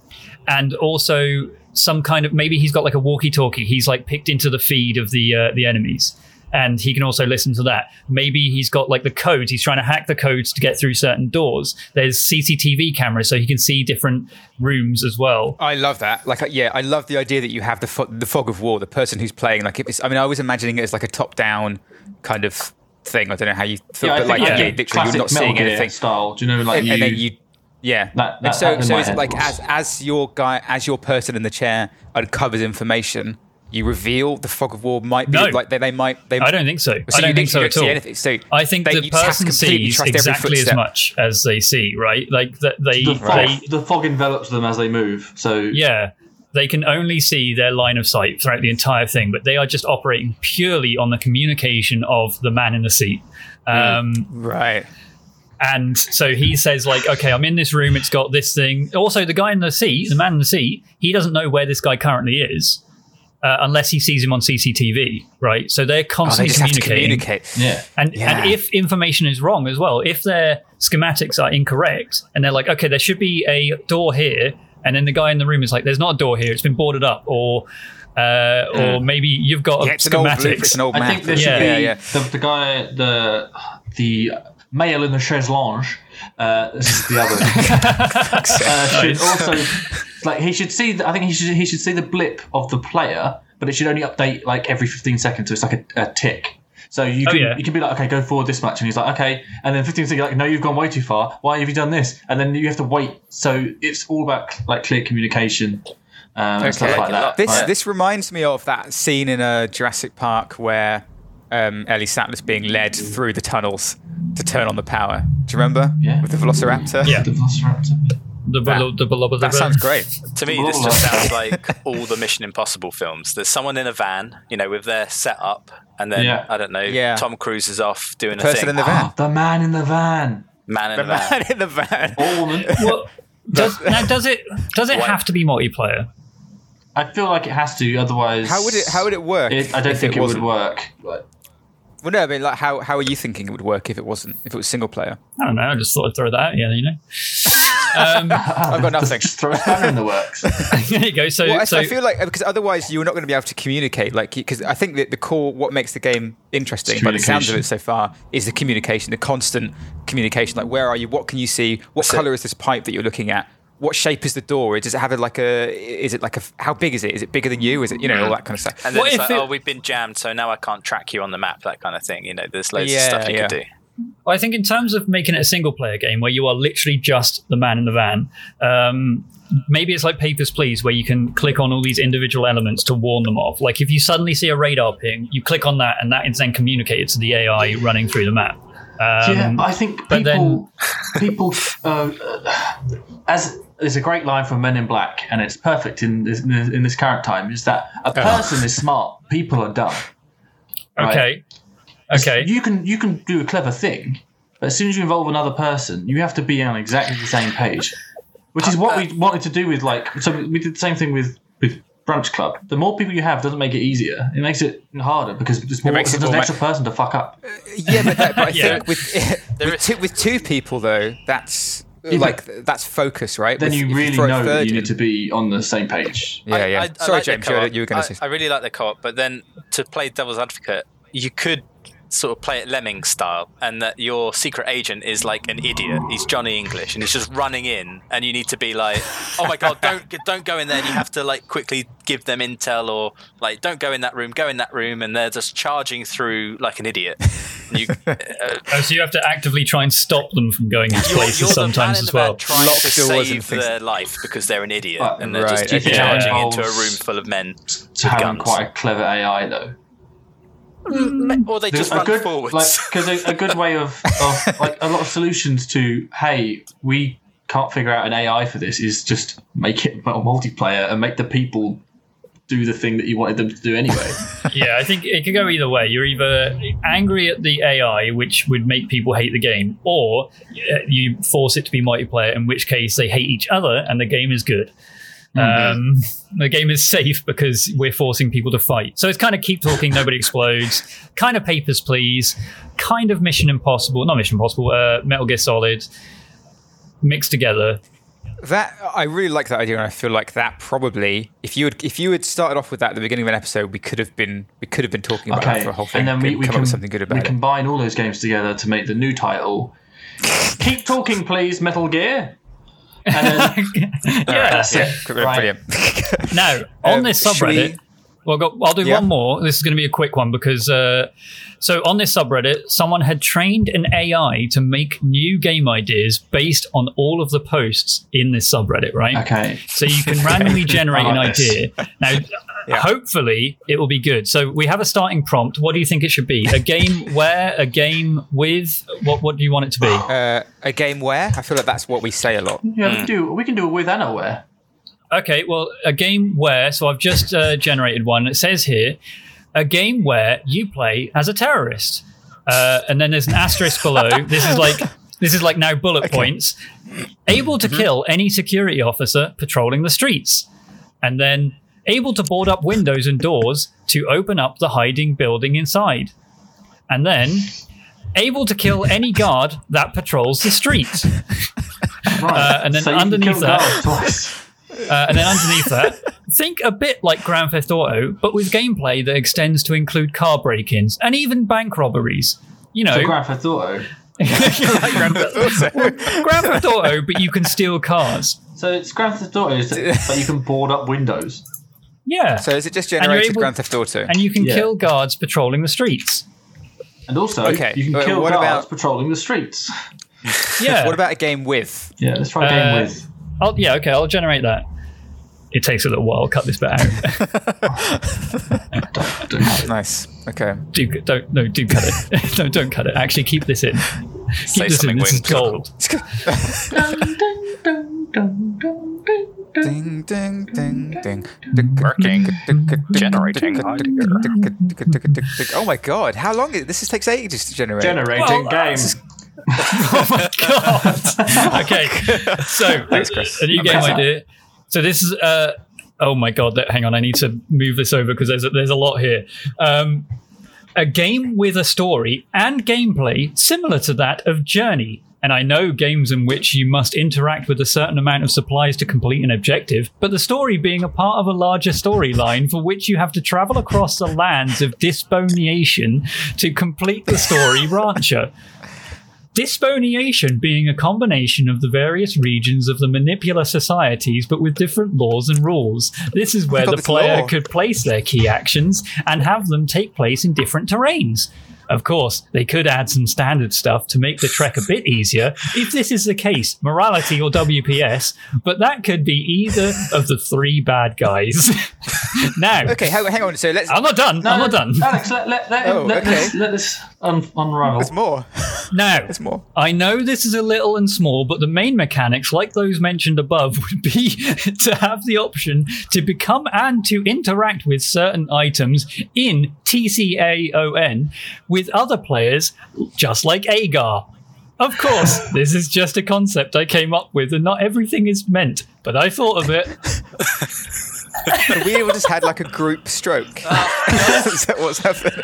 Speaker 3: and also some kind of maybe he's got like a walkie talkie he's like picked into the feed of the uh, the enemies and he can also listen to that. Maybe he's got like the codes. He's trying to hack the codes to get through certain doors. There's CCTV cameras, so he can see different rooms as well.
Speaker 2: I love that. Like, yeah, I love the idea that you have the fo- the fog of war, the person who's playing. Like, if it's, I mean, I was imagining it as like a top down kind of thing. I don't know how you feel,
Speaker 4: I
Speaker 2: but
Speaker 4: think
Speaker 2: like,
Speaker 4: I
Speaker 2: yeah,
Speaker 4: did
Speaker 2: literally,
Speaker 4: classic
Speaker 2: you're not seeing
Speaker 4: Metal Gear
Speaker 2: anything.
Speaker 4: style. Do you know, like
Speaker 2: and,
Speaker 4: you,
Speaker 2: and then you, yeah.
Speaker 4: That-
Speaker 2: And
Speaker 4: that
Speaker 2: so,
Speaker 4: happened in
Speaker 2: so
Speaker 4: my
Speaker 2: is it
Speaker 4: head
Speaker 2: like
Speaker 4: once.
Speaker 2: as as your guy, as your person in the chair uncovers information, you reveal the fog of war might be
Speaker 3: No.
Speaker 2: like they, they might. They,
Speaker 3: I don't think so.
Speaker 2: So
Speaker 3: I
Speaker 2: you
Speaker 3: don't think so
Speaker 2: literally
Speaker 3: at
Speaker 2: don't
Speaker 3: all.
Speaker 2: see anything. So
Speaker 3: I think
Speaker 2: they-
Speaker 3: the
Speaker 2: you just have to
Speaker 3: person
Speaker 2: completely
Speaker 3: sees
Speaker 2: trust every
Speaker 3: exactly as
Speaker 2: footstep.
Speaker 3: much as they see, right? Like that they,
Speaker 4: the, fog,
Speaker 3: they
Speaker 4: the fog envelops them as they move. So
Speaker 3: yeah, they can only see their line of sight throughout the entire thing, but they are just operating purely on the communication of the man in the seat. Um,
Speaker 2: Right.
Speaker 3: And so he says, like, okay, I'm in this room. It's got this thing. Also, the guy in the seat, the man in the seat, he doesn't know where this guy currently is uh, unless he sees him on CCTV, right? So
Speaker 2: Oh,
Speaker 3: they're
Speaker 2: they
Speaker 3: constantly
Speaker 2: just have to
Speaker 3: communicating.
Speaker 2: communicate.
Speaker 4: yeah.
Speaker 3: And
Speaker 2: Yeah.
Speaker 3: and if information is wrong as well, if their schematics are incorrect and they're like, okay, there should be a door here, and then the guy in the room is like, there's not a door here, it's been boarded up, or uh, or maybe you've got
Speaker 2: Hmm. Yeah,
Speaker 3: a
Speaker 2: it's an old blueprint, it's
Speaker 3: schematics.
Speaker 2: an old
Speaker 4: I
Speaker 2: map.
Speaker 4: think there
Speaker 3: Yeah.
Speaker 4: should be
Speaker 2: yeah, yeah.
Speaker 4: The, the guy, the the male in the chaise lounge. Uh, this is
Speaker 3: [laughs]
Speaker 4: the other. uh, should also like he should see. The, I think he should he should see the blip of the player, but it should only update like every fifteen seconds. So it's like a, a tick. So you
Speaker 3: Oh,
Speaker 4: can
Speaker 3: yeah.
Speaker 4: you can be like, okay, go forward this much, and he's like, okay, and then fifteen seconds, you're like, no, you've gone way too far. Why have you done this? And then you have to wait. So it's all about like clear communication. Um, and stuff
Speaker 2: Okay.
Speaker 4: like that.
Speaker 2: This
Speaker 4: Like-
Speaker 2: this reminds me of that scene in uh, Jurassic Park where um, Ellie Sattler's being led through the tunnels to turn on the power. Do you remember?
Speaker 4: Yeah.
Speaker 2: With the Velociraptor.
Speaker 3: Yeah.
Speaker 4: the Velociraptor.
Speaker 3: The blah- the blah- blah- blah-
Speaker 2: That sounds great.
Speaker 4: [laughs]
Speaker 1: To me, this just
Speaker 3: [laughs]
Speaker 1: sounds like all the Mission Impossible films. There's someone in a van, you know, with their setup, and then
Speaker 4: Yeah.
Speaker 1: I don't know.
Speaker 2: Yeah.
Speaker 1: Tom Cruise is off doing a
Speaker 2: Person
Speaker 1: thing.
Speaker 2: in the van.
Speaker 4: Ah, The man in the van.
Speaker 1: man in
Speaker 2: The
Speaker 1: the van.
Speaker 2: man in the van.
Speaker 4: Or woman.
Speaker 3: Well,
Speaker 2: [laughs]
Speaker 3: does, now does it does it
Speaker 1: What?
Speaker 3: have to be multiplayer?
Speaker 4: I feel like it has to, otherwise.
Speaker 2: How would it How would it work?
Speaker 4: It, I don't
Speaker 2: if
Speaker 4: think it, would
Speaker 2: wasn't-
Speaker 4: work. But
Speaker 2: Well, no, I mean, like, how how are you thinking it would work if it wasn't? If it was single player,
Speaker 3: I don't know. I just thought I'd throw that out. Yeah, you know. [laughs] Um,
Speaker 2: I've got nothing.
Speaker 4: just throw Ah, a spanner in the works.
Speaker 2: [laughs]
Speaker 3: there you go. So,
Speaker 2: Well, I,
Speaker 3: so
Speaker 2: I feel like because otherwise you're not going to be able to communicate. Like because I think that the core what makes the game interesting, by the sounds of it so far, is the communication, the constant communication. Like where are you? What can you see? What color is this pipe that you're looking at? What shape is the door? Does it have a, like a? Is it like a? How big is it? Is it bigger than you? Is it you know all that kind of stuff?
Speaker 1: And then
Speaker 3: What
Speaker 1: it's
Speaker 3: if
Speaker 1: like,
Speaker 3: it-
Speaker 1: oh, we've been jammed, so now I can't track you on the map, that kind of thing. You know, there's loads
Speaker 2: Yeah,
Speaker 1: of stuff you
Speaker 2: yeah.
Speaker 1: could do.
Speaker 3: Well, I think in terms of making it a single player game where you are literally just the man in the van, um, maybe it's like Papers, Please, where you can click on all these individual elements to warn them off. Like if you suddenly see a radar ping, you click on that and that is then communicated to the AI running through the map. Um,
Speaker 4: yeah, but I think people,
Speaker 3: but then-
Speaker 4: people, uh, as there's a great line from Men in Black, and it's perfect in this, in this current time, is that a person is smart, people are dumb. right?
Speaker 3: Uh-huh. okay. Okay.
Speaker 4: You can you can do a clever thing, but as soon as you involve another person, you have to be on exactly the same page, which is what we wanted to do with like. So we did the same thing with with Brunch Club. The more people you have doesn't make it easier; it makes it harder because there's more
Speaker 2: makes it
Speaker 4: there's an
Speaker 2: more-
Speaker 4: extra person to fuck up.
Speaker 2: Yeah, but, that,
Speaker 4: [laughs]
Speaker 2: but I
Speaker 3: Yeah.
Speaker 2: think with [laughs] with two, with two people though, that's
Speaker 4: but-
Speaker 2: like that's focus, right?
Speaker 4: Then
Speaker 2: With- if
Speaker 4: you really
Speaker 2: throw a
Speaker 4: know that
Speaker 2: third
Speaker 4: you
Speaker 2: in-
Speaker 4: need to be on the same page.
Speaker 2: Yeah,
Speaker 1: I-
Speaker 2: yeah.
Speaker 1: I- I
Speaker 2: Sorry,
Speaker 1: like the
Speaker 2: James, you were,
Speaker 1: co-op.
Speaker 2: you were going to
Speaker 1: I-
Speaker 2: say.
Speaker 1: I really like the co-op, but then to play devil's advocate, you could sort of play it lemming style and that your secret agent is like an idiot he's johnny english and he's just running in and you need to be like oh my god don't don't go in there and you have to like quickly give them intel or like don't go in that room go in that room and they're just charging through like an idiot you, [laughs] uh,
Speaker 3: Oh, so you have to actively try and stop them from going into
Speaker 1: you're,
Speaker 3: places
Speaker 1: you're the man
Speaker 3: sometimes
Speaker 1: in the
Speaker 3: as well.
Speaker 1: van trying
Speaker 2: Lock
Speaker 1: to
Speaker 2: doors and
Speaker 1: save
Speaker 2: things.
Speaker 1: their life because they're an idiot
Speaker 4: Right,
Speaker 1: and they're
Speaker 2: right,
Speaker 1: just keep
Speaker 2: okay.
Speaker 1: charging
Speaker 4: Yeah.
Speaker 1: into a room full of men with
Speaker 4: To having
Speaker 1: guns
Speaker 4: quite a clever AI though.
Speaker 1: or they just
Speaker 4: a
Speaker 1: run
Speaker 4: good,
Speaker 1: forwards.
Speaker 4: because a, a good way of, of like a lot of solutions to hey, we can't figure out an AI for this is just make it a multiplayer and make the people do the thing that you wanted them to
Speaker 2: [laughs]
Speaker 4: do anyway.
Speaker 3: yeah, I think it could go either way. You're either angry at the AI, which would make people hate the game, or uh, you force it to be multiplayer, in which case they hate each other and the game is good. Um, the game is safe because we're forcing people to fight. So it's kind of keep talking, nobody explodes, kind of papers, please, kind of Mission Impossible, not Mission Impossible, uh, Metal Gear Solid mixed together.
Speaker 2: That I really like that idea, and I feel like that probably if you had if you had started off with that at the beginning of an episode, we could have been we could have been talking about that
Speaker 4: Okay,
Speaker 2: for a whole thing.
Speaker 4: and then we,
Speaker 2: could
Speaker 4: we
Speaker 2: come
Speaker 4: can
Speaker 2: up with something good about
Speaker 4: we
Speaker 2: it. [laughs]
Speaker 4: combine all those games together to make the new title. Keep talking, please, Metal Gear.
Speaker 3: [laughs]
Speaker 4: And then,
Speaker 3: yeah,
Speaker 4: that's
Speaker 2: yeah,
Speaker 4: it.
Speaker 2: cr-
Speaker 4: Right.
Speaker 2: brilliant. [laughs]
Speaker 3: Now, on
Speaker 2: Um,
Speaker 3: this
Speaker 2: should we-
Speaker 3: subreddit, well, go, I'll do
Speaker 2: Yeah.
Speaker 3: one more. This is going to be a quick one because uh, so on this subreddit, someone had trained an AI to make new game ideas based on all of the posts in this subreddit, right?
Speaker 4: okay.
Speaker 3: So you can randomly
Speaker 2: [laughs]
Speaker 3: generate
Speaker 4: I
Speaker 3: an
Speaker 4: like this.
Speaker 3: idea. Now, hopefully, it will be good. So we have a starting prompt. What do you think it should be? A game where? A game with? What? What do you want it to be?
Speaker 2: uh, a game where I feel like that's what we say a
Speaker 4: [laughs]
Speaker 2: lot.
Speaker 4: Yeah, we, can do, we can do a with and a where.
Speaker 3: Okay, well, a game where, so I've just uh, generated one. It says here, a game where you play as a terrorist. Uh, and then there's an asterisk below. This is like, this is like now bullet points. Able to kill any security officer patrolling the streets. And then able to board up windows and doors to open up the hiding building inside. And then able to kill any guard that patrols the streets.
Speaker 4: Right.
Speaker 3: Uh, and then
Speaker 4: so you can
Speaker 3: underneath
Speaker 4: kill
Speaker 3: that- [laughs]
Speaker 4: guards twice.
Speaker 3: Uh, and then underneath that, think a bit like Grand Theft Auto, but with gameplay that extends to include car break-ins and even bank robberies. You know,
Speaker 4: So Grand Theft Auto.
Speaker 3: like Grand,
Speaker 2: [laughs]
Speaker 3: Grand Theft Auto, but you can steal cars.
Speaker 4: So it's Grand Theft Auto, is it? but you can board up windows.
Speaker 3: Yeah,
Speaker 2: So is it just
Speaker 3: you're
Speaker 2: generated
Speaker 3: able-
Speaker 2: Grand Theft Auto?
Speaker 3: and you can
Speaker 4: Yeah.
Speaker 3: kill guards patrolling the streets.
Speaker 4: And also,
Speaker 2: Okay,
Speaker 4: you can
Speaker 2: but
Speaker 4: kill
Speaker 2: what
Speaker 4: guards
Speaker 2: about-
Speaker 4: patrolling the streets.
Speaker 3: Yeah,
Speaker 2: What about a game
Speaker 4: [laughs]
Speaker 2: with?
Speaker 4: Yeah, let's try a game
Speaker 3: Uh,
Speaker 4: with.
Speaker 3: I'll, yeah, okay, I'll generate that. It takes a little while. Cut this bit out. [laughs]
Speaker 2: Uh,
Speaker 4: Don't
Speaker 2: [laughs]
Speaker 4: have it.
Speaker 2: Nice.
Speaker 4: [laughs]
Speaker 2: Okay.
Speaker 3: do, don't no, do cut it. [laughs] no, don't cut it. Actually, keep this in. Keep
Speaker 1: Say
Speaker 3: this
Speaker 1: something
Speaker 3: in. This is
Speaker 1: whimsical.
Speaker 3: gold.
Speaker 2: Ding ding ding ding.
Speaker 1: Working. Generating
Speaker 2: Oh my god! How long? Is, this is, takes ages to generate.
Speaker 4: Generating
Speaker 3: Well,
Speaker 4: game.
Speaker 3: [laughs] okay. So
Speaker 2: Thanks, Chris.
Speaker 3: A new game
Speaker 4: Amazing.
Speaker 3: idea. So this is uh oh my god, that, hang on, I need to move this over because there's a, there's a lot here. Um a game with a story and gameplay similar to that of Journey. And I know games in which you must interact with a certain amount of supplies to complete an objective, but the story being a part of a larger storyline for which you have to travel across the lands of Disponiation to complete the story rancher. Disponiation being a combination of the various regions of the manipular societies, but with different laws and rules. This is where
Speaker 2: God,
Speaker 3: the
Speaker 2: it's
Speaker 3: player
Speaker 2: law.
Speaker 3: could place their key actions and have them take place in different terrains. Of course, they could add some standard stuff to make the trek a bit easier if this is the case, morality or WPS, but that could be either of the three bad guys. [laughs] now,
Speaker 2: Okay, hang, hang on. So let's.
Speaker 4: Oh.
Speaker 3: I'm not done. I'm not done.
Speaker 4: Alex, let, let, let,
Speaker 2: Oh,
Speaker 4: let
Speaker 2: okay.
Speaker 4: this, let this un- unravel.
Speaker 2: There's more.
Speaker 3: Now,
Speaker 2: There's more.
Speaker 3: I know this is a little and small, but the main mechanics, like those mentioned above, [laughs] would be to have the option to become and to interact with certain items in TCAON with other players, just like Agar. Of
Speaker 4: [laughs]
Speaker 3: course, this is just a concept I came up with, and not everything is meant, but I thought of it.
Speaker 2: We all just had like a
Speaker 1: [laughs]
Speaker 2: group stroke.
Speaker 1: Uh,
Speaker 2: [laughs] is that what's happened?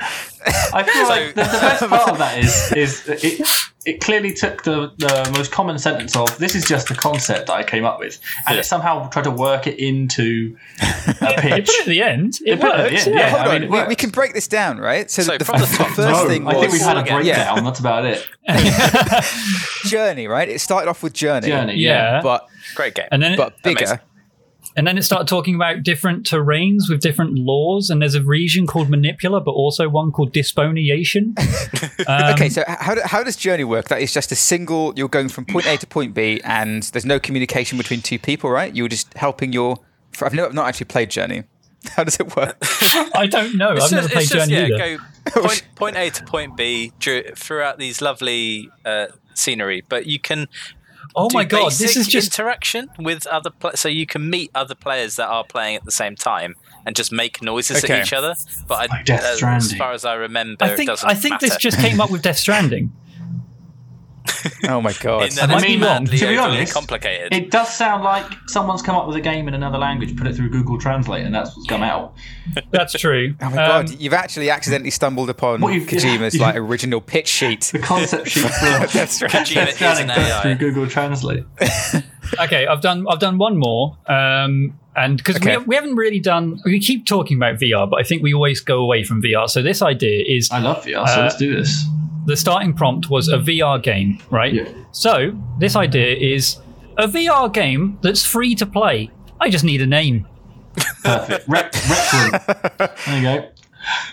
Speaker 4: I feel like the, the best part of that
Speaker 2: [laughs]
Speaker 4: is is it it clearly took the, the most common sentence of this is just a concept that I came up with, and it somehow tried to work it into
Speaker 2: [laughs]
Speaker 4: a
Speaker 3: They
Speaker 4: pitch.
Speaker 3: put it at the end. It
Speaker 4: put it at the
Speaker 3: worked.
Speaker 4: end,
Speaker 3: yeah.
Speaker 4: yeah.
Speaker 2: Hold
Speaker 4: I
Speaker 2: on.
Speaker 4: mean, it
Speaker 2: we,
Speaker 4: worked.
Speaker 2: we can break this down, right? So,
Speaker 1: So
Speaker 2: the,
Speaker 1: from the
Speaker 2: the
Speaker 1: top-
Speaker 2: first
Speaker 4: No,
Speaker 2: thing was
Speaker 4: I think we've had a
Speaker 1: Yeah.
Speaker 4: breakdown. That's about it.
Speaker 2: Journey, right? It started off with Journey,
Speaker 4: Journey. [laughs]
Speaker 2: but
Speaker 1: [laughs] Great game.
Speaker 3: And then it-
Speaker 2: but bigger.
Speaker 1: Amazing.
Speaker 3: And then it started talking about different terrains with different laws, and there's a region called Manipula, but also one
Speaker 1: [laughs]
Speaker 3: called Um, Disponiation.
Speaker 2: okay, so
Speaker 4: Um,
Speaker 2: h- how, do, how does Journey work? That is just a single. You're going from point A to point B, and there's no communication between two people, right? You're just helping your. fr- I've, never, I've not actually played Journey. [laughs] How does it work?
Speaker 3: I don't know. I've never played Journey
Speaker 1: yeah,
Speaker 3: either.
Speaker 1: Go point, point A to point B dr- throughout these lovely uh, scenery, but you can
Speaker 3: oh
Speaker 1: do
Speaker 3: my god,
Speaker 1: basic
Speaker 3: this is just
Speaker 1: interaction with other pla so you can meet other players that are playing at the same time and just make noises
Speaker 2: Okay.
Speaker 1: at each other. But I,
Speaker 4: Like Death
Speaker 1: uh, as
Speaker 4: Stranding.
Speaker 1: far as I remember,
Speaker 3: I think
Speaker 1: it doesn't
Speaker 3: I think this
Speaker 1: matter.
Speaker 3: just came up with Death Stranding.
Speaker 2: Oh my
Speaker 1: [laughs]
Speaker 2: god!
Speaker 1: in that
Speaker 3: might
Speaker 1: it's
Speaker 3: be wrong.
Speaker 1: madly
Speaker 4: To be
Speaker 1: overly
Speaker 4: honest,
Speaker 1: complicated.
Speaker 4: It does sound like someone's come up with a game in another language, put it through Google Translate, and that's what's come out.
Speaker 3: That's
Speaker 1: [laughs]
Speaker 3: true.
Speaker 2: Oh my
Speaker 3: Um,
Speaker 2: god! You've actually accidentally stumbled upon
Speaker 4: What you've-
Speaker 2: Kojima's like original pitch sheet.
Speaker 4: [laughs] The concept sheet for
Speaker 2: [laughs] That's right.
Speaker 1: Kojima is an
Speaker 4: Titanic put
Speaker 1: AI.
Speaker 4: through Google Translate.
Speaker 3: Um, okay, I've done I've done one more, um, and because
Speaker 2: Okay.
Speaker 3: we, we haven't really done, we keep talking about VR, but I think we always go away from VR. So this idea is
Speaker 4: I love VR, so
Speaker 3: Uh,
Speaker 4: let's do this.
Speaker 3: the starting prompt was a VR game, right?
Speaker 4: Yeah.
Speaker 3: So this idea is a VR game that's free to play. I just need a name.
Speaker 4: Perfect. Rec- rec
Speaker 3: [laughs]
Speaker 4: room. There you go.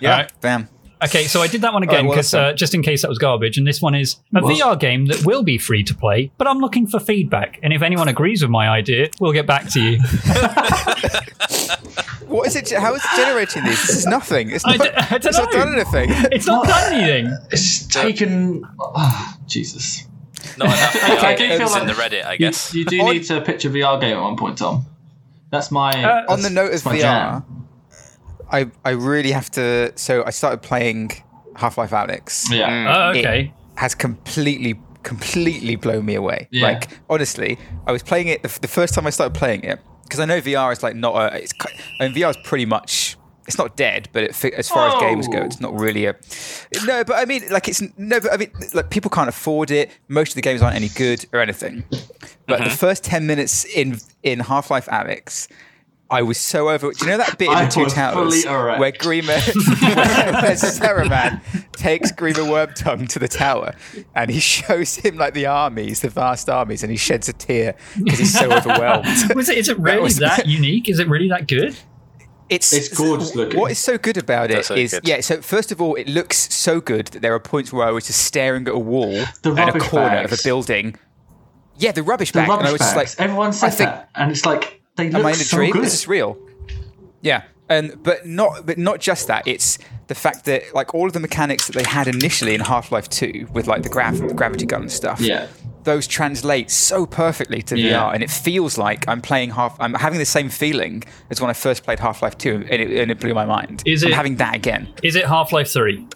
Speaker 2: Yeah.
Speaker 3: Alright.
Speaker 2: Damn.
Speaker 3: Okay, so I did that one again
Speaker 2: well,
Speaker 3: because
Speaker 2: that's
Speaker 3: uh, just in case that was garbage, and this one is a
Speaker 4: What?
Speaker 3: VR game that will be free to play, but I'm looking for feedback, and if anyone agrees with my idea, we'll get back to
Speaker 4: [laughs]
Speaker 3: you.
Speaker 2: What is it? How is it generating these? This is nothing. It's
Speaker 3: [laughs] I
Speaker 2: not,
Speaker 3: d- I don't
Speaker 2: it's not
Speaker 3: know.
Speaker 2: done anything.
Speaker 3: [laughs] It's not done
Speaker 4: [laughs]
Speaker 3: anything.
Speaker 4: It's taken. ah, Jesus.
Speaker 1: Not enough
Speaker 4: [laughs] I
Speaker 1: VR
Speaker 4: do
Speaker 1: games
Speaker 4: feel
Speaker 1: in the
Speaker 4: like-
Speaker 1: Reddit, I
Speaker 4: You-
Speaker 1: guess.
Speaker 4: You, do
Speaker 2: On-
Speaker 4: need to pitch a VR game at one point, Tom. That's my.
Speaker 3: Uh,
Speaker 2: On the note of
Speaker 4: my
Speaker 2: VR,
Speaker 4: jam.
Speaker 2: I I really have to. So I started playing Half Life Alex.
Speaker 4: yeah.
Speaker 3: Oh, okay.
Speaker 2: has completely completely blown me away
Speaker 4: Yeah.
Speaker 2: like honestly i was playing it the, f- the first time i started playing it because i know vr is like not a it's ki- i mean vr is pretty much it's not dead but it, fi- as far as games go
Speaker 4: Oh.
Speaker 2: it's not really a no but i mean like it's no but i mean like people can't afford it most of the games aren't any good or anything but
Speaker 4: Uh-huh.
Speaker 2: the first 10 minutes in in half-life alex I was so over. Do you know that bit
Speaker 4: I
Speaker 2: in the Two
Speaker 4: was
Speaker 2: Towers
Speaker 4: fully erect.
Speaker 1: [laughs]
Speaker 2: where Grima, where Saruman takes Grima Wormtongue to the tower, and he shows him like the armies, the vast armies, and he sheds a tear because he's
Speaker 1: [laughs]
Speaker 2: so overwhelmed.
Speaker 3: Was it, is it really
Speaker 2: was-
Speaker 3: that,
Speaker 4: [laughs]
Speaker 3: unique? Is it really that good?
Speaker 2: It's,
Speaker 4: It's gorgeous looking.
Speaker 2: What is so good about it
Speaker 1: That's so
Speaker 2: is,
Speaker 1: good.
Speaker 2: yeah. So first of all, it looks so good that there are points where I was just staring at a wall
Speaker 4: The
Speaker 2: and a
Speaker 4: rubbish
Speaker 2: corner of
Speaker 4: bags.
Speaker 2: a building. Yeah, the rubbish
Speaker 4: the
Speaker 2: bag, and I
Speaker 4: rubbish
Speaker 2: was just
Speaker 4: bags.
Speaker 2: like,
Speaker 4: Everyone says
Speaker 2: think-
Speaker 4: that, and it's like they
Speaker 2: Am I
Speaker 4: look
Speaker 2: in a
Speaker 4: so
Speaker 2: dream?
Speaker 4: good.
Speaker 2: This is real. Yeah, and but not but not just that. It's the fact that like all of the mechanics that they had initially in Half Life Two with like the grav- gravity gun and stuff.
Speaker 4: Yeah.
Speaker 2: Those translate so perfectly to
Speaker 4: Yeah.
Speaker 2: VR, and it feels like I'm playing half. I'm having the same feeling as when I first played Half Life Two, and it, and it blew my mind.
Speaker 3: Is
Speaker 2: I'm
Speaker 3: it-
Speaker 2: having that again?
Speaker 3: Is it Half Life 3?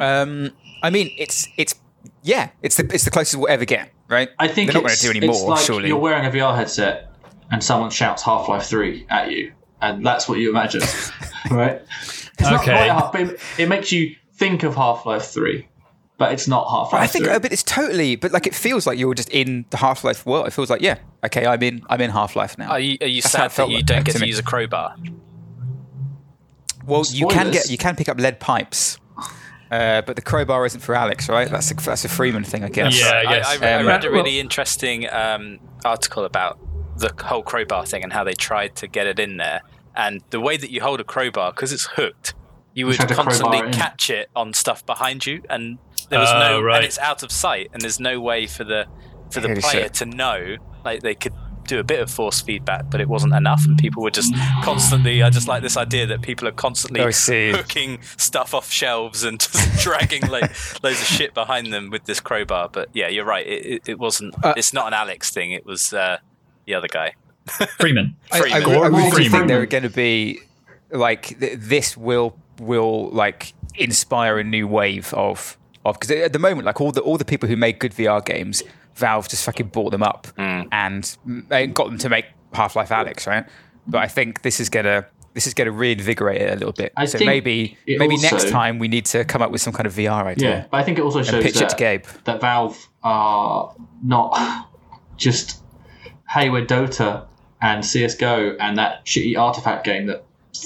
Speaker 2: Um, I mean, it's it's yeah, it's the it's the closest we'll ever get, right?
Speaker 4: I think
Speaker 2: they're not going
Speaker 4: it's-
Speaker 2: to do any
Speaker 4: it's
Speaker 2: more,
Speaker 4: like
Speaker 2: surely.
Speaker 4: You're wearing a VR headset, and someone shouts Half Life Three at you, and that's what
Speaker 2: [laughs]
Speaker 4: you imagine, right? It's not
Speaker 3: Okay.
Speaker 4: quite half, but it, it makes you think of Half Life Three, but it's not Half Life.
Speaker 2: I think,
Speaker 4: 3.
Speaker 2: uh, but it's totally. But like, it feels like you're just in the Half Life world. It feels like, yeah, okay, I'm in. I'm in Half Life now.
Speaker 1: Are you, are you
Speaker 2: That's how
Speaker 1: sad
Speaker 2: it felt
Speaker 1: that you
Speaker 2: like
Speaker 1: don't get
Speaker 2: to
Speaker 1: to
Speaker 2: me.
Speaker 1: use a crowbar?
Speaker 2: well, you can
Speaker 4: Spoilers.
Speaker 2: get, you can pick up lead pipes, uh, but the crowbar isn't for Alex, right? That's a that's a Freeman thing, I guess.
Speaker 3: Yeah,
Speaker 1: I,
Speaker 3: yes.
Speaker 1: I, I
Speaker 2: Um,
Speaker 1: read a
Speaker 3: well-
Speaker 1: really interesting um, article about the whole crowbar thing and how they tried to get it in there. And the way that you hold a crowbar, because it's hooked, you would
Speaker 4: tried to crowbar
Speaker 1: constantly
Speaker 4: it in.
Speaker 1: catch it on stuff behind you, and there was
Speaker 3: Oh,
Speaker 1: no,
Speaker 3: right.
Speaker 1: and it's out of sight, and there's no way for the for the
Speaker 2: Holy
Speaker 1: player
Speaker 2: shit.
Speaker 1: to know. Like they could do a bit of force feedback, but it wasn't enough, and people were just constantly. I just like this idea that people are constantly [laughs]
Speaker 2: I see.
Speaker 1: picking stuff off shelves and just [laughs] dragging like loads of shit behind them with this crowbar. But yeah, you're right. It, it, it wasn't. it's not an Alex thing. It was uh, the other guy.
Speaker 3: Freeman.
Speaker 2: I, I,
Speaker 1: Freeman.
Speaker 2: re- I really do
Speaker 4: Freeman.
Speaker 2: think there are going to be like th- this will will like inspire a new wave of of because at the moment like all the all the people who make good VR games, Valve just fucking bought them up
Speaker 1: Mm.
Speaker 2: and m- and got them to make Half Life Alex, right? But I think this is gonna this is gonna reinvigorate it a little bit.
Speaker 4: I
Speaker 2: so
Speaker 4: think
Speaker 2: maybe
Speaker 4: it
Speaker 2: maybe next
Speaker 4: also-
Speaker 2: time we need to come up with some kind of VR idea.
Speaker 4: Yeah, but I think it also shows
Speaker 2: pitch it
Speaker 4: that,
Speaker 2: to Gabe.
Speaker 4: that Valve are not [laughs] just hey we're Dota and CS:GO and that shitty artifact game that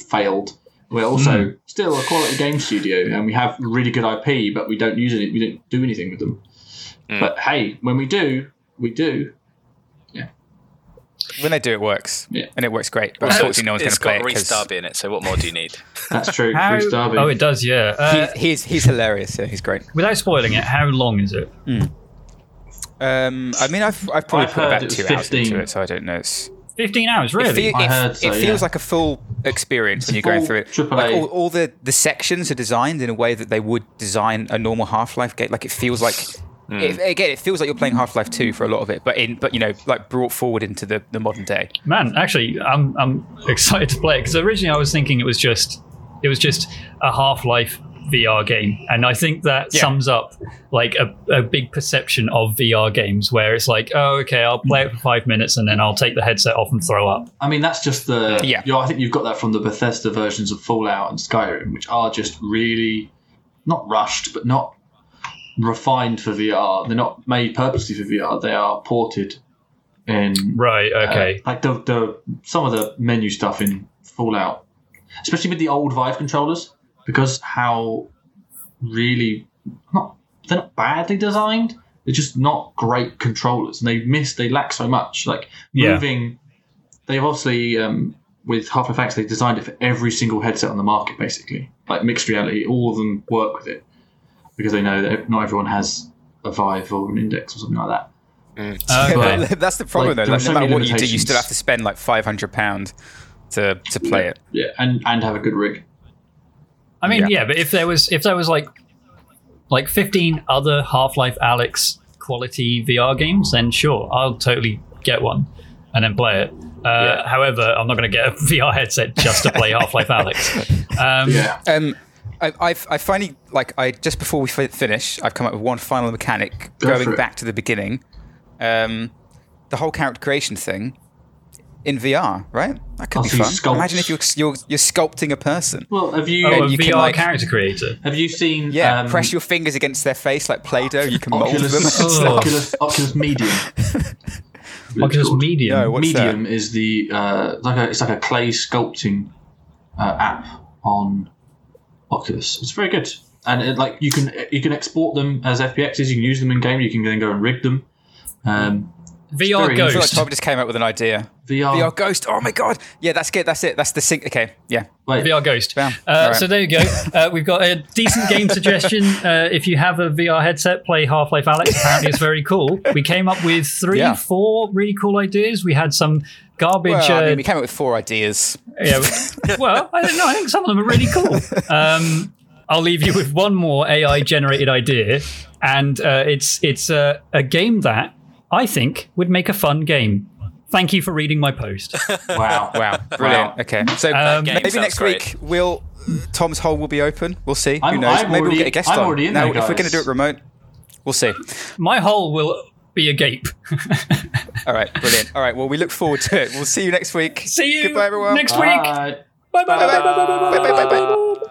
Speaker 4: failed. We're also still a quality game studio and we have really good IP, but we don't use it. We don't do anything with them. But hey, when we do, we do.
Speaker 2: When they do, it works,
Speaker 4: Yeah.
Speaker 2: and it works great. But
Speaker 1: So
Speaker 2: unfortunately, no one's going
Speaker 1: it's
Speaker 2: to play
Speaker 1: got
Speaker 2: it.
Speaker 1: Reece
Speaker 2: 'cause
Speaker 1: Darby in it. So what more do you need?
Speaker 4: That's true. Bruce Darby.
Speaker 3: Oh, it does, yeah. Uh,
Speaker 2: he, he's he's hilarious. Yeah, he's great.
Speaker 3: without spoiling it, how long is it?
Speaker 2: Um, I mean, I've I've probably
Speaker 4: I've
Speaker 2: put
Speaker 4: heard
Speaker 2: about
Speaker 4: it was
Speaker 2: two hours
Speaker 4: 15.
Speaker 2: into it, so I don't know. It's,
Speaker 3: 15 hours,
Speaker 2: it,
Speaker 3: really?
Speaker 2: feel-
Speaker 4: I
Speaker 2: it-
Speaker 4: heard so,
Speaker 2: it feels
Speaker 4: yeah.
Speaker 2: like a full experience when you're going
Speaker 4: full
Speaker 2: through it.
Speaker 4: AAA.
Speaker 2: Like all, all the the sections are designed in a way that they would design a normal Half Life game. Like it feels like.
Speaker 4: Hmm.
Speaker 2: It, again, it feels like you're playing Half Life Two for a lot of it, but in but you know like brought forward into the, the modern day.
Speaker 3: Man, actually, I'm, I'm [laughs] excited to play it because originally I was thinking it was just it was just a Half Life VR game, and I think that
Speaker 2: Yeah.
Speaker 3: sums up like a, a big perception of VR games where it's like, oh, okay, I'll play it for five minutes and then I'll take the headset off and throw up.
Speaker 4: I mean, that's just the.
Speaker 2: Yeah.
Speaker 4: you know, I think you've got that from the Bethesda versions of Fallout and Skyrim, which are just really not rushed, but not refined for VR. They're not made purposely for VR. They are ported in
Speaker 3: Right.
Speaker 4: [laughs]
Speaker 3: Okay.
Speaker 4: Uh, like the the some of the menu stuff in Fallout, especially with the old Vive controllers, because how really not they're not badly designed. They're just not great controllers, and they miss they lack so much. Like
Speaker 3: Yeah.
Speaker 4: moving, they've obviously um, with Half Life X they designed it for every single headset on the market, basically. Like mixed reality, all of them work with it because they know that not everyone has a Vive or an Index or something like that.
Speaker 3: okay.
Speaker 4: Well,
Speaker 2: [laughs] That's the problem,
Speaker 4: Like,
Speaker 2: though.
Speaker 4: there are
Speaker 2: Like,
Speaker 4: so
Speaker 2: no matter
Speaker 4: many
Speaker 2: what you do, you still
Speaker 4: limitations.
Speaker 2: have to spend like five hundred pound to to play it.
Speaker 4: Yeah, and and have a good rig.
Speaker 3: I mean,
Speaker 2: Yeah.
Speaker 3: yeah. but if there was if there was like like fifteen other Half Life Alex quality VR games, then sure, I'll totally get one and then play it. Uh,
Speaker 1: Yeah.
Speaker 3: However, I'm not going to get a [laughs] VR headset just to play Half Life Alex. Um,
Speaker 4: Yeah.
Speaker 2: Um, I, I've, I finally like I just before we fi- finish, I've come up with one final mechanic
Speaker 4: Go for
Speaker 2: going
Speaker 4: it.
Speaker 2: back to the beginning. Um, the whole character creation thing in VR, right? That could
Speaker 4: Oh,
Speaker 2: be
Speaker 4: so you
Speaker 2: fun.
Speaker 4: sculpt.
Speaker 2: Imagine if you're, you're you're sculpting a person.
Speaker 4: Well, have you
Speaker 3: Oh, a
Speaker 2: you
Speaker 3: VR
Speaker 2: can, like-
Speaker 3: character creator.
Speaker 4: have you seen
Speaker 2: Yeah,
Speaker 4: um,
Speaker 2: press your fingers against their face like Play-Doh. You can mold them.
Speaker 4: Oculus
Speaker 2: [laughs] It's
Speaker 3: Oh.
Speaker 2: like-
Speaker 4: Oculus Oculus Medium?
Speaker 2: [laughs]
Speaker 3: Oculus Medium.
Speaker 2: No, what's that?
Speaker 4: Medium is the uh, like a, it's like a clay sculpting uh, app on Oculus. It's very good, and it, like you can you can export them as FPXs. You can use them in game. You can then go and rig them. Um,
Speaker 3: VR
Speaker 4: very
Speaker 2: I feel like
Speaker 3: Ghost.
Speaker 2: Tom just came up with an idea.
Speaker 4: VR,
Speaker 2: VR ghost. Oh my god. Yeah, that's it. That's it. That's the sync. Okay. Yeah.
Speaker 4: wait,
Speaker 3: VR Ghost.
Speaker 2: Bam.
Speaker 3: Uh,
Speaker 2: Alright.
Speaker 3: So there
Speaker 2: [laughs]
Speaker 3: you go. Uh, we've got a decent game suggestion. Uh, if you have a VR headset, play Half Life Alex. Apparently, it's very cool. We came up with three,
Speaker 2: Yeah.
Speaker 3: four really cool ideas. We had some garbage.
Speaker 2: Well, I
Speaker 3: uh,
Speaker 4: um,
Speaker 2: mean, we came up with four ideas.
Speaker 3: yeah, well, I don't know. I think some of them are really cool. Um, I'll leave you with one more AI-generated idea, and uh, it's it's uh, a game that I think would make a fun game. Thank you for reading
Speaker 2: [laughs]
Speaker 3: my post.
Speaker 4: wow, [laughs]
Speaker 2: Wow. Brilliant. Okay. So
Speaker 3: Um,
Speaker 1: Game
Speaker 2: maybe
Speaker 1: sounds
Speaker 2: next
Speaker 1: great.
Speaker 2: week we'll Tom's hole will be open. We'll see. Who
Speaker 4: I'm-
Speaker 2: knows?
Speaker 4: I'm
Speaker 2: maybe we'll
Speaker 4: already-
Speaker 2: get a guest
Speaker 4: I'm
Speaker 2: on.
Speaker 4: already in
Speaker 2: now,
Speaker 4: there,
Speaker 2: if we're going to
Speaker 4: guys.
Speaker 2: do it remote, we'll see.
Speaker 3: My hole will be agape. [laughs]
Speaker 2: All right. Brilliant. All right. Well, we look forward to it. We'll see you next week.
Speaker 3: See you
Speaker 2: Goodbye, everyone.
Speaker 3: next week.
Speaker 4: Bye.
Speaker 3: bye, bye, bye, bye, bye, bye, bye, bye, bye, bye, bye.